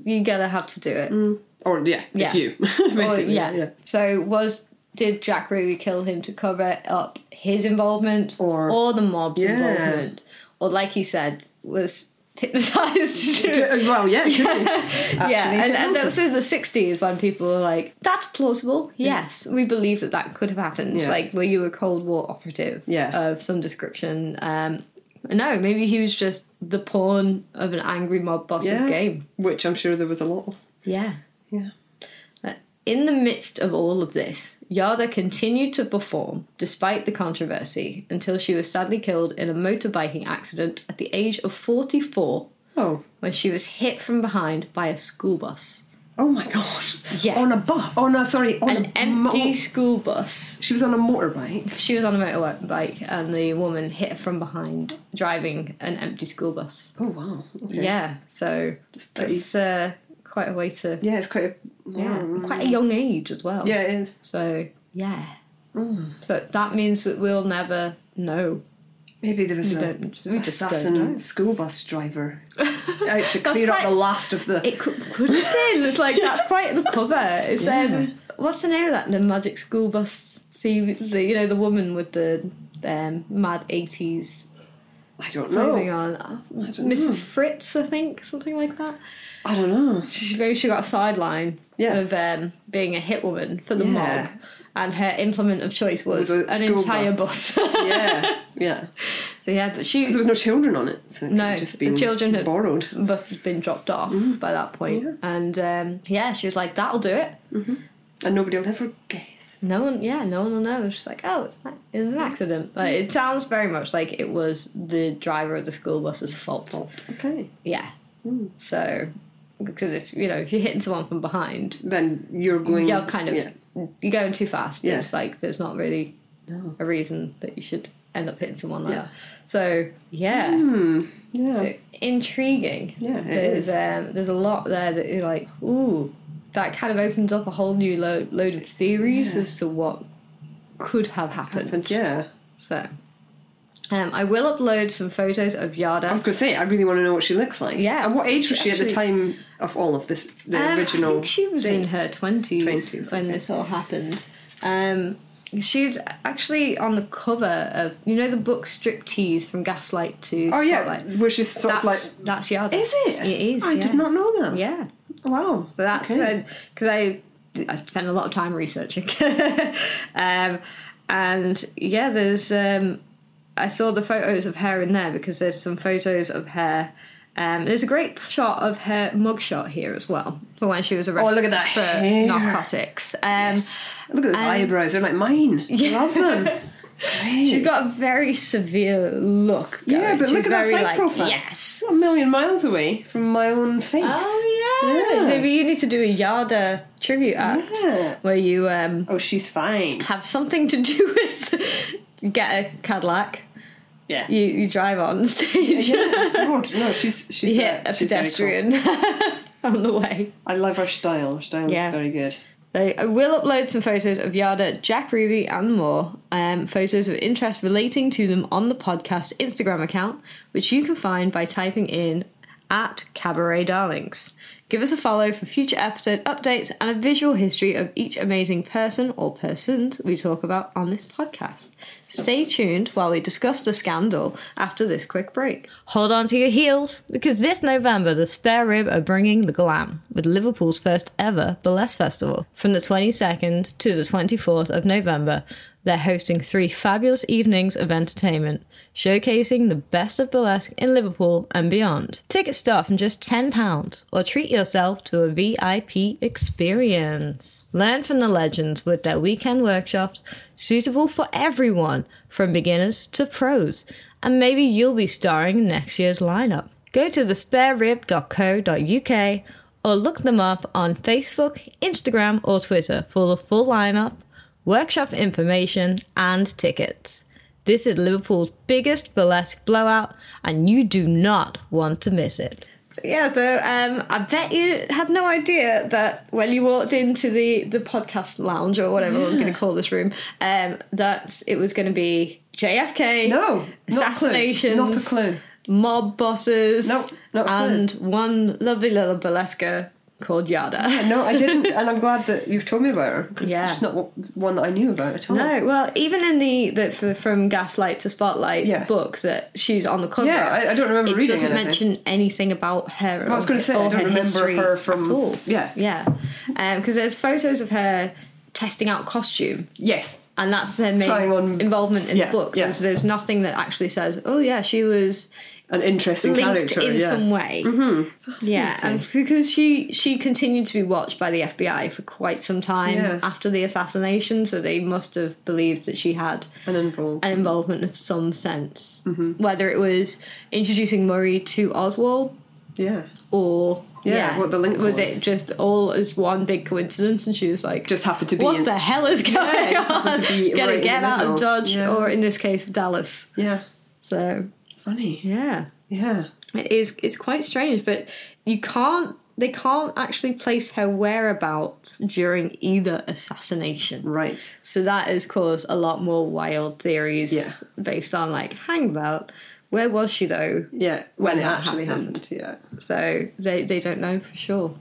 Speaker 1: you're going to have to do it.
Speaker 2: Or yeah,
Speaker 1: Yeah.
Speaker 2: it's you. *laughs*
Speaker 1: Or-
Speaker 2: basically.
Speaker 1: yeah. So was did Jack Ruby kill him to cover up his involvement
Speaker 2: Or-
Speaker 1: the mob's
Speaker 2: Yeah.
Speaker 1: involvement, or like he said, was
Speaker 2: *laughs*
Speaker 1: hypnotized? to do it?
Speaker 2: D- Uh, Well, yeah,
Speaker 1: *laughs*
Speaker 2: it could be.
Speaker 1: yeah, and,
Speaker 2: it
Speaker 1: and
Speaker 2: was.
Speaker 1: that was in the '60s when people were like, "That's plausible. Yes, we believe that that could have happened.
Speaker 2: Yeah.
Speaker 1: Like, were you a Cold War operative
Speaker 2: Yeah.
Speaker 1: of some description?" Um, no, maybe he was just the pawn of an angry mob boss's
Speaker 2: Yeah.
Speaker 1: game.
Speaker 2: Which I'm sure there was a lot of.
Speaker 1: Yeah.
Speaker 2: Yeah.
Speaker 1: In the midst of all of this, Yada continued to perform despite the controversy until she was sadly killed in a motorbiking accident at the age of 44
Speaker 2: Oh.
Speaker 1: when she was hit from behind by a school bus.
Speaker 2: Oh my god.
Speaker 1: Yeah.
Speaker 2: On a bus. Oh no, sorry. On
Speaker 1: An
Speaker 2: a mo-
Speaker 1: empty school bus.
Speaker 2: she was on a motorbike.
Speaker 1: She was on a motorbike and the woman hit her from behind driving an empty school bus.
Speaker 2: Oh wow. Okay.
Speaker 1: Yeah, so
Speaker 2: pretty-
Speaker 1: that's uh, quite a way to.
Speaker 2: Yeah, it's quite a.
Speaker 1: Yeah, quite a young age as well.
Speaker 2: Yeah, it is.
Speaker 1: So yeah. But that means that we'll never know.
Speaker 2: Maybe there was
Speaker 1: We
Speaker 2: a
Speaker 1: don't- we just don't know.
Speaker 2: assassin school
Speaker 1: *laughs*
Speaker 2: bus driver out to clear up
Speaker 1: quite-
Speaker 2: the last of the.
Speaker 1: It could, could have been. It's like that's quite the cover. It's
Speaker 2: Yeah.
Speaker 1: um, what's the name of that? The Magic School Bus. See, the, you know the woman with the um, mad eighties
Speaker 2: I don't
Speaker 1: clothing
Speaker 2: know.
Speaker 1: on.
Speaker 2: don't
Speaker 1: Mrs. Fritz, I think, something like that.
Speaker 2: I don't know.
Speaker 1: She very she got a sideline
Speaker 2: Yeah.
Speaker 1: of um, being a hit woman for the mob,
Speaker 2: Yeah.
Speaker 1: and her implement of choice was,
Speaker 2: Was a
Speaker 1: an
Speaker 2: school
Speaker 1: entire bus. *laughs*
Speaker 2: Yeah, yeah.
Speaker 1: So yeah, but she
Speaker 2: There was no children on it, so it could
Speaker 1: No,
Speaker 2: have just
Speaker 1: the
Speaker 2: been
Speaker 1: children had-
Speaker 2: borrowed.
Speaker 1: must have been dropped off by that point.
Speaker 2: Mm. Yeah.
Speaker 1: And um, yeah, she was like, "That'll do it."
Speaker 2: and nobody will ever guess.
Speaker 1: No one, yeah, no one will know. It's just like, oh, it's not, it was an accident. Like, it sounds very much like it was the driver of the school bus's fault.
Speaker 2: Okay,
Speaker 1: Yeah.
Speaker 2: Mm.
Speaker 1: So, because if you know if you're hitting someone from behind,
Speaker 2: then you're going.
Speaker 1: you're kind of
Speaker 2: Mm. Yeah,
Speaker 1: you're going too fast.
Speaker 2: Yeah.
Speaker 1: It's like there's not really
Speaker 2: No.
Speaker 1: a reason that you should end up hitting someone like
Speaker 2: Yeah.
Speaker 1: that. So yeah.
Speaker 2: yeah.
Speaker 1: So intriguing.
Speaker 2: Yeah, it
Speaker 1: there's
Speaker 2: is.
Speaker 1: um, there's a lot there that you're like, ooh, that kind of opens up a whole new load load of theories
Speaker 2: Yeah.
Speaker 1: as to what could have happened.
Speaker 2: Happened, yeah.
Speaker 1: So, um, I will upload some photos of Yada.
Speaker 2: I was going to say, I really want to know what she looks like.
Speaker 1: Yeah.
Speaker 2: And what age was
Speaker 1: She
Speaker 2: she at the time of all of this? The
Speaker 1: Um, I
Speaker 2: original.
Speaker 1: think she was in her 20s,
Speaker 2: 20s,
Speaker 1: when
Speaker 2: okay.
Speaker 1: this all happened. Um, she's actually on the cover of you know the book Striptease from Gaslight to
Speaker 2: oh yeah,
Speaker 1: Spotlight.
Speaker 2: where she's sort
Speaker 1: That's
Speaker 2: of like.
Speaker 1: that's Yada.
Speaker 2: Is it?
Speaker 1: It is.
Speaker 2: I
Speaker 1: yeah.
Speaker 2: did not know that.
Speaker 1: Yeah.
Speaker 2: Wow.
Speaker 1: But that's uh,
Speaker 2: okay.
Speaker 1: because I I spent a lot of time researching, *laughs* um, and yeah, there's um, I saw the photos of her in there because there's some photos of her. Um, there's a great shot of her mugshot here as well for when she was arrested
Speaker 2: Oh, look at that
Speaker 1: for
Speaker 2: hair.
Speaker 1: narcotics. Um,
Speaker 2: Look at those
Speaker 1: um,
Speaker 2: eyebrows. They're
Speaker 1: *laughs*
Speaker 2: like mine. Love them.
Speaker 1: She's got a very severe look. Going.
Speaker 2: Yeah, but
Speaker 1: She's
Speaker 2: look at that
Speaker 1: very,
Speaker 2: side
Speaker 1: like,
Speaker 2: profile.
Speaker 1: Yes.
Speaker 2: a million miles away from my own face.
Speaker 1: Oh yeah.
Speaker 2: Yeah.
Speaker 1: Maybe you need to do a Yada tribute act
Speaker 2: Yeah.
Speaker 1: where you um,
Speaker 2: Oh, she's fine.
Speaker 1: have something to do *laughs* with get a Cadillac.
Speaker 2: Yeah. *laughs*
Speaker 1: You, you drive on *laughs* stage,
Speaker 2: yeah. God, no, she's she's
Speaker 1: you
Speaker 2: uh,
Speaker 1: hit a
Speaker 2: she's very cool.
Speaker 1: pedestrian *laughs* on the way.
Speaker 2: I love her style. Her style
Speaker 1: Yeah.
Speaker 2: is very good.
Speaker 1: So I will upload some photos of Yada, Jack Ruby, and more. Um, photos of interest relating to them on the podcast Instagram account, which you can find by typing in at Cabaret Darlings. Give us a follow for future episode updates and a visual history of each amazing person or persons we talk about on this podcast. Stay tuned while we discuss the scandal after this quick break. Hold on to your heels because this November the Spare Rib are bringing the glam with Liverpool's first ever burlesque festival. From the 22nd to the 24th of November, they're hosting three fabulous evenings of entertainment, showcasing the best of burlesque in Liverpool and beyond. Tickets start from just £10 or treat yourself to a VIP experience. Learn from the legends with their weekend workshops, suitable for everyone, from beginners to pros, and maybe you'll be starring in next year's lineup. Go to thesparerib.co.uk or look them up on Facebook, Instagram, or Twitter for the full lineup, workshop information, and tickets. This is Liverpool's biggest burlesque blowout, and you do not want to miss it. So, yeah, so um, I bet you had no idea that when you walked into the, the podcast lounge or whatever we're going to call this room, um, that it was going to be JFK,
Speaker 2: No, not a clue.
Speaker 1: assassinations,
Speaker 2: Not a clue.
Speaker 1: mob bosses,
Speaker 2: Nope, not a clue.
Speaker 1: and one lovely little burlesquer called Yada.
Speaker 2: No, I didn't, and I'm glad that you've told me about her because
Speaker 1: Yeah.
Speaker 2: she's not w- one that I knew about at all.
Speaker 1: No, well, even in the, the f- from Gaslight to Spotlight
Speaker 2: Yeah.
Speaker 1: book that she's on the cover.
Speaker 2: Yeah, I- I don't remember
Speaker 1: it
Speaker 2: reading
Speaker 1: doesn't
Speaker 2: anything.
Speaker 1: mention anything about her. Or,
Speaker 2: I was gonna say, I
Speaker 1: or
Speaker 2: don't
Speaker 1: her
Speaker 2: remember
Speaker 1: history
Speaker 2: her from-
Speaker 1: at all.
Speaker 2: yeah.
Speaker 1: yeah, because there's Um, photos of her testing out costume,
Speaker 2: Yes.
Speaker 1: and that's her main
Speaker 2: Trying on-
Speaker 1: involvement in
Speaker 2: Yeah,
Speaker 1: the book.
Speaker 2: yeah.
Speaker 1: So there's nothing that actually says, "Oh yeah, she was
Speaker 2: An interesting
Speaker 1: linked
Speaker 2: character.
Speaker 1: in
Speaker 2: yeah.
Speaker 1: some way." Mm-hmm. Yeah, and because she she continued to be watched by the FBI for quite some time
Speaker 2: Yeah.
Speaker 1: after the assassination, so they must have believed that she had
Speaker 2: and involved.
Speaker 1: an involvement of some sense,
Speaker 2: Mm-hmm.
Speaker 1: whether it was introducing Murray to Oswald
Speaker 2: yeah.
Speaker 1: or
Speaker 2: Yeah, what the link
Speaker 1: was,
Speaker 2: was.
Speaker 1: it just all as one big coincidence and she was like
Speaker 2: Just happened to be
Speaker 1: what
Speaker 2: in-
Speaker 1: the hell is going
Speaker 2: it just
Speaker 1: on *laughs*
Speaker 2: happened to be
Speaker 1: gotta
Speaker 2: right in
Speaker 1: get
Speaker 2: the
Speaker 1: out
Speaker 2: middle.
Speaker 1: of Dodge
Speaker 2: Yeah.
Speaker 1: or in this case Dallas
Speaker 2: Yeah.
Speaker 1: so
Speaker 2: Funny.
Speaker 1: yeah
Speaker 2: Yeah.
Speaker 1: it is it's quite strange but you can't they can't actually place her whereabouts during either assassination
Speaker 2: Right.
Speaker 1: so that has caused a lot more wild theories
Speaker 2: Yeah.
Speaker 1: based on like hang about where was she though
Speaker 2: Yeah. When, it
Speaker 1: that
Speaker 2: actually happened.
Speaker 1: happened.
Speaker 2: Yeah.
Speaker 1: so they, they don't know for sure.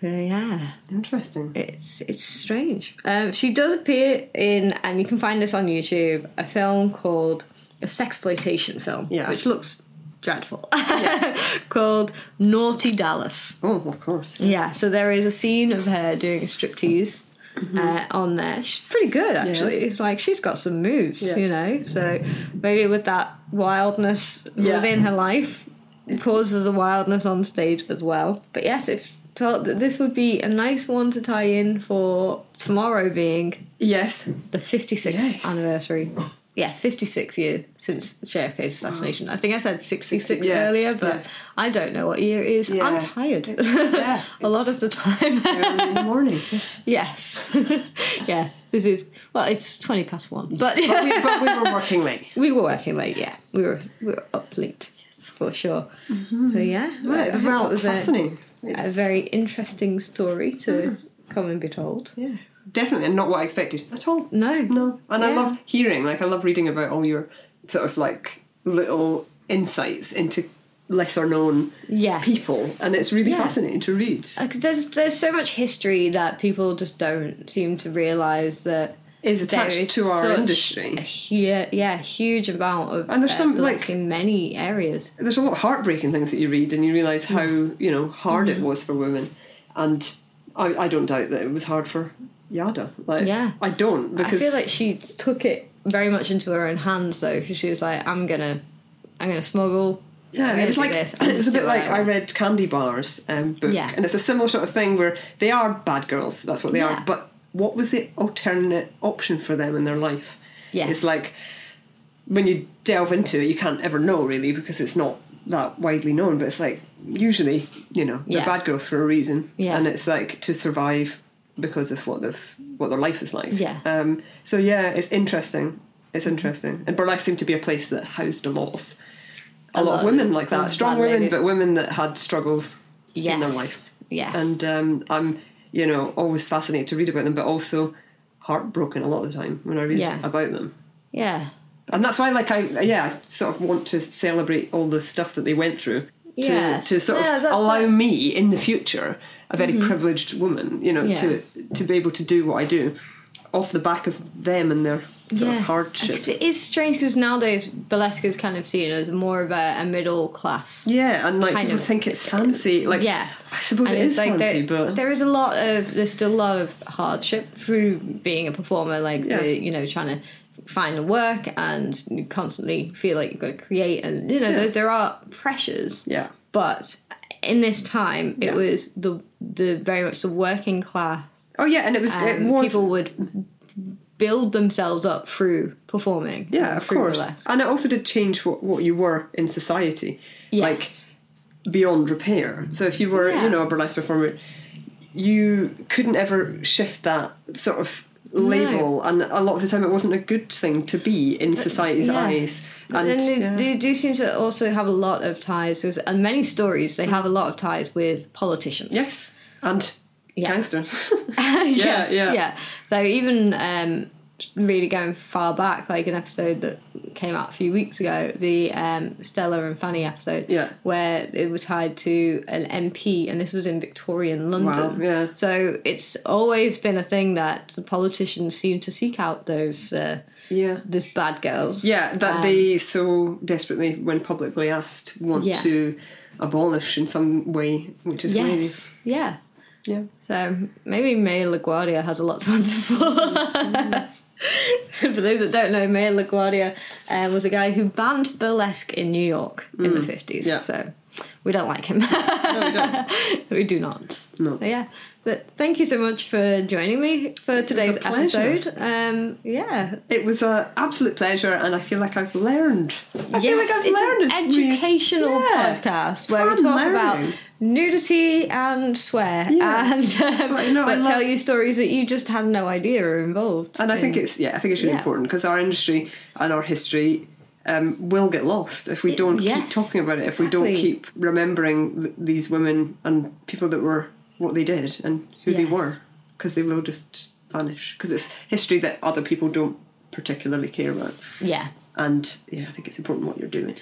Speaker 1: So yeah,
Speaker 2: Interesting.
Speaker 1: it's it's strange. Um, she does appear in, and you can find this on YouTube, a film called a sexploitation film,
Speaker 2: Yeah.
Speaker 1: which looks dreadful, *laughs* called Naughty Dallas.
Speaker 2: Oh, of course.
Speaker 1: Yeah, so there is a scene of her doing a striptease
Speaker 2: Mm-hmm.
Speaker 1: uh, on there. She's pretty good, actually. It's like she's got some moves,
Speaker 2: Yeah.
Speaker 1: you know. So maybe with that wildness
Speaker 2: Yeah.
Speaker 1: within her life, it causes a wildness on stage as well. But yes, if so, th- this would be a nice one to tie in for tomorrow being
Speaker 2: Yes.
Speaker 1: the 56th
Speaker 2: Yes.
Speaker 1: anniversary. Yeah, 56 years since the staircase assassination. I think I said 66
Speaker 2: Yeah,
Speaker 1: earlier, but
Speaker 2: yeah.
Speaker 1: I don't know what year it is.
Speaker 2: Yeah.
Speaker 1: I'm tired
Speaker 2: Yeah.
Speaker 1: *laughs* a lot of the *laughs* time.
Speaker 2: early in the morning. Yeah.
Speaker 1: yes. *laughs* yeah. This is well, it's twenty past one. But
Speaker 2: we, but we were working late.
Speaker 1: *laughs* we were working late, yeah. We were we were up late. For sure. So yeah. I
Speaker 2: Right.
Speaker 1: hope
Speaker 2: Well,
Speaker 1: it was a-
Speaker 2: fascinating.
Speaker 1: A,
Speaker 2: It's,
Speaker 1: very interesting story to come and be told.
Speaker 2: yeah. Definitely, and not what I expected at all.
Speaker 1: No.
Speaker 2: No, and I
Speaker 1: Yeah.
Speaker 2: love hearing, like, I love reading about all your sort of like little insights into lesser known
Speaker 1: Yeah.
Speaker 2: people, and it's really
Speaker 1: Yeah.
Speaker 2: fascinating to read.
Speaker 1: Because Uh, there's there's so much history that people just don't seem to realise that
Speaker 2: Is
Speaker 1: there
Speaker 2: attached
Speaker 1: is
Speaker 2: to our
Speaker 1: such
Speaker 2: industry.
Speaker 1: A hu- yeah, huge amount of
Speaker 2: And there's some,
Speaker 1: black
Speaker 2: like-
Speaker 1: in many areas.
Speaker 2: There's a lot of heartbreaking things that you read, and you realise how you know hard
Speaker 1: Mm-hmm.
Speaker 2: it was for women, and I, I don't doubt that it was hard for Yada. Like,
Speaker 1: Yeah.
Speaker 2: I don't because
Speaker 1: I feel like she took it very much into her own hands though, because she was like, "I'm gonna, I'm gonna smuggle." I'm
Speaker 2: Yeah,
Speaker 1: gonna
Speaker 2: it was
Speaker 1: do
Speaker 2: *laughs* like *clears throat*
Speaker 1: this, I'm
Speaker 2: it was a
Speaker 1: gonna
Speaker 2: bit
Speaker 1: do
Speaker 2: like
Speaker 1: that."
Speaker 2: I read Candy Bar's um, book,
Speaker 1: Yeah.
Speaker 2: and it's a similar sort of thing where they are bad girls. That's what they
Speaker 1: Yeah.
Speaker 2: are. But what was the alternate option for them in their life?
Speaker 1: Yes.
Speaker 2: it's like when you delve into it, you can't ever know really because it's not that widely known. But it's like usually, you know, they're
Speaker 1: Yeah.
Speaker 2: bad girls for a reason,
Speaker 1: Yeah.
Speaker 2: and it's like to survive because of what they've what their life is like.
Speaker 1: Yeah.
Speaker 2: Um. So yeah, it's interesting. It's interesting, and burlesque seemed to be a place that housed a lot of a lot of women like that, strong
Speaker 1: bad
Speaker 2: women,
Speaker 1: ladies.
Speaker 2: but women that had struggles
Speaker 1: yes.
Speaker 2: in their life.
Speaker 1: Yeah,
Speaker 2: And um, I'm, you know, always fascinated to read about them, but also heartbroken a lot of the time when I read
Speaker 1: Yeah.
Speaker 2: about them.
Speaker 1: yeah,
Speaker 2: And that's why, like, I yeah, I sort of want to celebrate all the stuff that they went through to
Speaker 1: Yes.
Speaker 2: to sort
Speaker 1: Yeah,
Speaker 2: of
Speaker 1: that's
Speaker 2: allow
Speaker 1: it.
Speaker 2: me in the future, a very privileged woman, you know,
Speaker 1: Yeah.
Speaker 2: to to be able to do what I do off the back of them and their sort
Speaker 1: yeah.
Speaker 2: of hardships.
Speaker 1: 'Cause It is strange because nowadays burlesque is kind of seen as more of a, a middle class.
Speaker 2: Yeah, and like
Speaker 1: kind
Speaker 2: people
Speaker 1: of-
Speaker 2: think it's fancy. Like,
Speaker 1: Yeah.
Speaker 2: I suppose it
Speaker 1: And
Speaker 2: is fancy,
Speaker 1: there,
Speaker 2: but
Speaker 1: there is a lot of there's still a lot of hardship through being a performer, like
Speaker 2: Yeah.
Speaker 1: the, you know trying to find the work and you constantly feel like you've got to create, and you know
Speaker 2: Yeah.
Speaker 1: there, there are pressures.
Speaker 2: Yeah.
Speaker 1: but in this time,
Speaker 2: Yeah.
Speaker 1: it was the the very much the working class.
Speaker 2: Oh yeah, and it was it
Speaker 1: Um,
Speaker 2: was
Speaker 1: people would build themselves up through performing.
Speaker 2: yeah,
Speaker 1: and
Speaker 2: of
Speaker 1: through
Speaker 2: course,
Speaker 1: burlesque.
Speaker 2: and it also did change what what you were in society,
Speaker 1: Yes.
Speaker 2: like beyond repair. So if you were
Speaker 1: Yeah.
Speaker 2: you know a burlesque performer, you couldn't ever shift that sort of label, and a lot of the time it wasn't a good thing to be in society's
Speaker 1: Uh, yeah.
Speaker 2: eyes.
Speaker 1: And
Speaker 2: And
Speaker 1: they,
Speaker 2: yeah.
Speaker 1: they do seem to also have a lot of ties, 'cause- and many stories they have a lot of ties with politicians. *laughs*
Speaker 2: yes, and
Speaker 1: Yeah.
Speaker 2: gangsters. *laughs*
Speaker 1: yes,
Speaker 2: yeah.
Speaker 1: yeah, So even um, really going far back, like an episode that came out a few weeks ago, the um, Stella and Fanny episode,
Speaker 2: Yeah.
Speaker 1: where it was tied to an MP, and this was in Victorian London.
Speaker 2: Wow, yeah.
Speaker 1: So it's always been a thing that the politicians seem to seek out those uh,
Speaker 2: yeah.
Speaker 1: those bad girls.
Speaker 2: Yeah, that
Speaker 1: Um,
Speaker 2: they so desperately, when publicly asked, want
Speaker 1: Yeah.
Speaker 2: to abolish in some way, which is
Speaker 1: Yes.
Speaker 2: maybe
Speaker 1: Yeah.
Speaker 2: Yeah.
Speaker 1: So maybe May LaGuardia has a lot to *laughs* answer for. for those that don't know, May LaGuardia uh, was a guy who banned burlesque in New York in the 50s.
Speaker 2: Mm. yeah.
Speaker 1: So we don't like him. *laughs*
Speaker 2: No, we don't.
Speaker 1: we do not.
Speaker 2: No.
Speaker 1: But yeah. But thank you so much for joining me for
Speaker 2: was a
Speaker 1: today's
Speaker 2: pleasure.
Speaker 1: episode. Um, yeah.
Speaker 2: It was an absolute pleasure, and I feel like I've learned. I feel like I've learned.
Speaker 1: it's an
Speaker 2: It's really-
Speaker 1: educational
Speaker 2: Yeah.
Speaker 1: podcast where we
Speaker 2: Fun
Speaker 1: talk
Speaker 2: learning.
Speaker 1: about nudity and swear
Speaker 2: Yeah.
Speaker 1: and um,
Speaker 2: Like, no, I
Speaker 1: but tell
Speaker 2: love-
Speaker 1: you stories that you just had no idea are involved.
Speaker 2: And I think
Speaker 1: in-
Speaker 2: it's yeah, I think it's really
Speaker 1: Yeah.
Speaker 2: important because our industry and our history um, will get lost if we don't
Speaker 1: yes,
Speaker 2: keep talking about it. If we don't
Speaker 1: exactly.
Speaker 2: keep remembering th- these women and people that were what they did and who they
Speaker 1: Yes.
Speaker 2: were, because they will just vanish. Because it's history that other people don't particularly care about.
Speaker 1: yeah.
Speaker 2: And yeah, I think it's important what you're doing.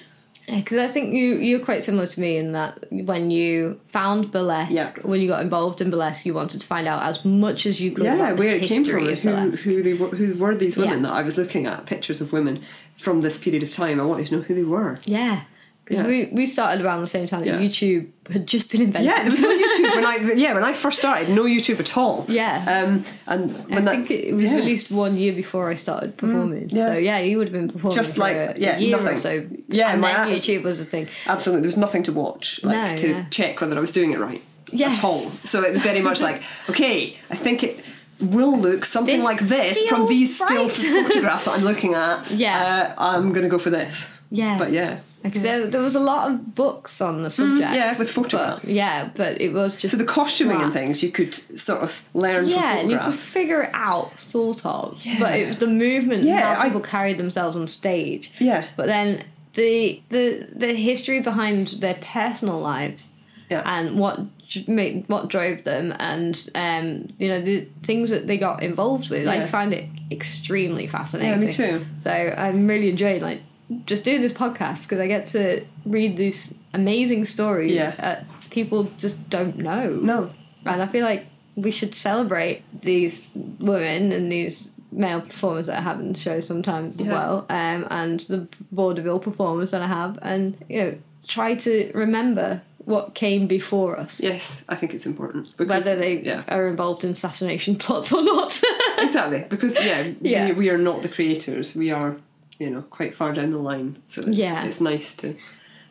Speaker 1: Because I think you you're quite similar to me in that when you found burlesque,
Speaker 2: Yeah.
Speaker 1: when you got involved in burlesque, you wanted to find out as much as you could.
Speaker 2: yeah,
Speaker 1: about the
Speaker 2: where it came
Speaker 1: history
Speaker 2: from, and
Speaker 1: of burlesque.
Speaker 2: who who they were, who were these women
Speaker 1: Yeah.
Speaker 2: that I was looking at pictures of women from this period of time. I wanted to know who they were.
Speaker 1: Yeah, because
Speaker 2: Yeah.
Speaker 1: we, we started around the same time that
Speaker 2: Yeah.
Speaker 1: YouTube had just been invented.
Speaker 2: Yeah, there was no
Speaker 1: *laughs*
Speaker 2: YouTube when I yeah when I first started. No YouTube at all.
Speaker 1: Yeah.
Speaker 2: Um, and
Speaker 1: I
Speaker 2: when that,
Speaker 1: think it was
Speaker 2: yeah. Mm,
Speaker 1: released one year before I started performing.
Speaker 2: yeah.
Speaker 1: So yeah, you would have been performing
Speaker 2: Just
Speaker 1: for
Speaker 2: like-
Speaker 1: a,
Speaker 2: yeah,
Speaker 1: a year or
Speaker 2: nothing.
Speaker 1: so.
Speaker 2: Yeah,
Speaker 1: and
Speaker 2: my
Speaker 1: then
Speaker 2: a-
Speaker 1: YouTube was a thing.
Speaker 2: Absolutely, there was nothing to watch, like
Speaker 1: No,
Speaker 2: to
Speaker 1: yeah.
Speaker 2: check whether I was doing it right
Speaker 1: Yes.
Speaker 2: at all. So it was very much like, okay, I think it will look something
Speaker 1: This
Speaker 2: like this from
Speaker 1: feels
Speaker 2: these still
Speaker 1: right.
Speaker 2: photographs that I'm looking at.
Speaker 1: *laughs* Yeah.
Speaker 2: uh, I'm gonna go for this.
Speaker 1: Yeah.
Speaker 2: but yeah.
Speaker 1: Because there, there was a lot of books on the subject.
Speaker 2: Mm, yeah, with photographs.
Speaker 1: But, yeah, but it was just
Speaker 2: So the costuming and
Speaker 1: flat.
Speaker 2: things you could sort of learn
Speaker 1: Yeah,
Speaker 2: from
Speaker 1: and you could
Speaker 2: photographs.
Speaker 1: figure it out, sort of. But it was the movement,
Speaker 2: Yeah,
Speaker 1: yeah, how
Speaker 2: I-
Speaker 1: people carried themselves on stage.
Speaker 2: Yeah.
Speaker 1: But then the the the history behind their personal lives,
Speaker 2: Yeah.
Speaker 1: and what j- made what drove them, and um, you know the things that they got involved with. I
Speaker 2: Yeah.
Speaker 1: find it extremely fascinating.
Speaker 2: too.
Speaker 1: So I'm really enjoying like just doing this podcast because I get to read these amazing stories
Speaker 2: Yeah.
Speaker 1: that people just don't know.
Speaker 2: No,
Speaker 1: And I feel like we should celebrate these women and these male performers that I have in shows sometimes as
Speaker 2: Yeah.
Speaker 1: well, um, and the vaudeville performers that I have, and you know, try to remember what came before us.
Speaker 2: yes, I think it's important because
Speaker 1: Whether they
Speaker 2: yeah.
Speaker 1: are involved in assassination *laughs* plots or not.
Speaker 2: exactly because
Speaker 1: *laughs*
Speaker 2: yeah,
Speaker 1: Yeah.
Speaker 2: We, we are not the creators we are you know quite far down the line so it's,
Speaker 1: Yeah.
Speaker 2: it's nice to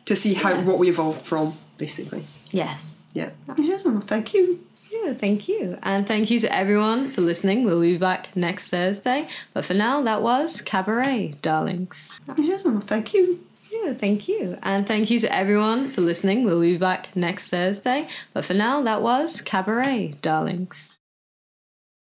Speaker 2: to see how
Speaker 1: Yeah.
Speaker 2: what we evolved from basically
Speaker 1: yes.
Speaker 2: yeah yeah well, thank you
Speaker 1: Yeah, thank you. And thank you to everyone for listening. We'll be back next Thursday. But for now, that was Cabaret, darlings.
Speaker 2: yeah well, thank you
Speaker 1: Yeah, thank you. And thank you to everyone for listening. We'll be back next Thursday. But for now, that was Cabaret, darlings.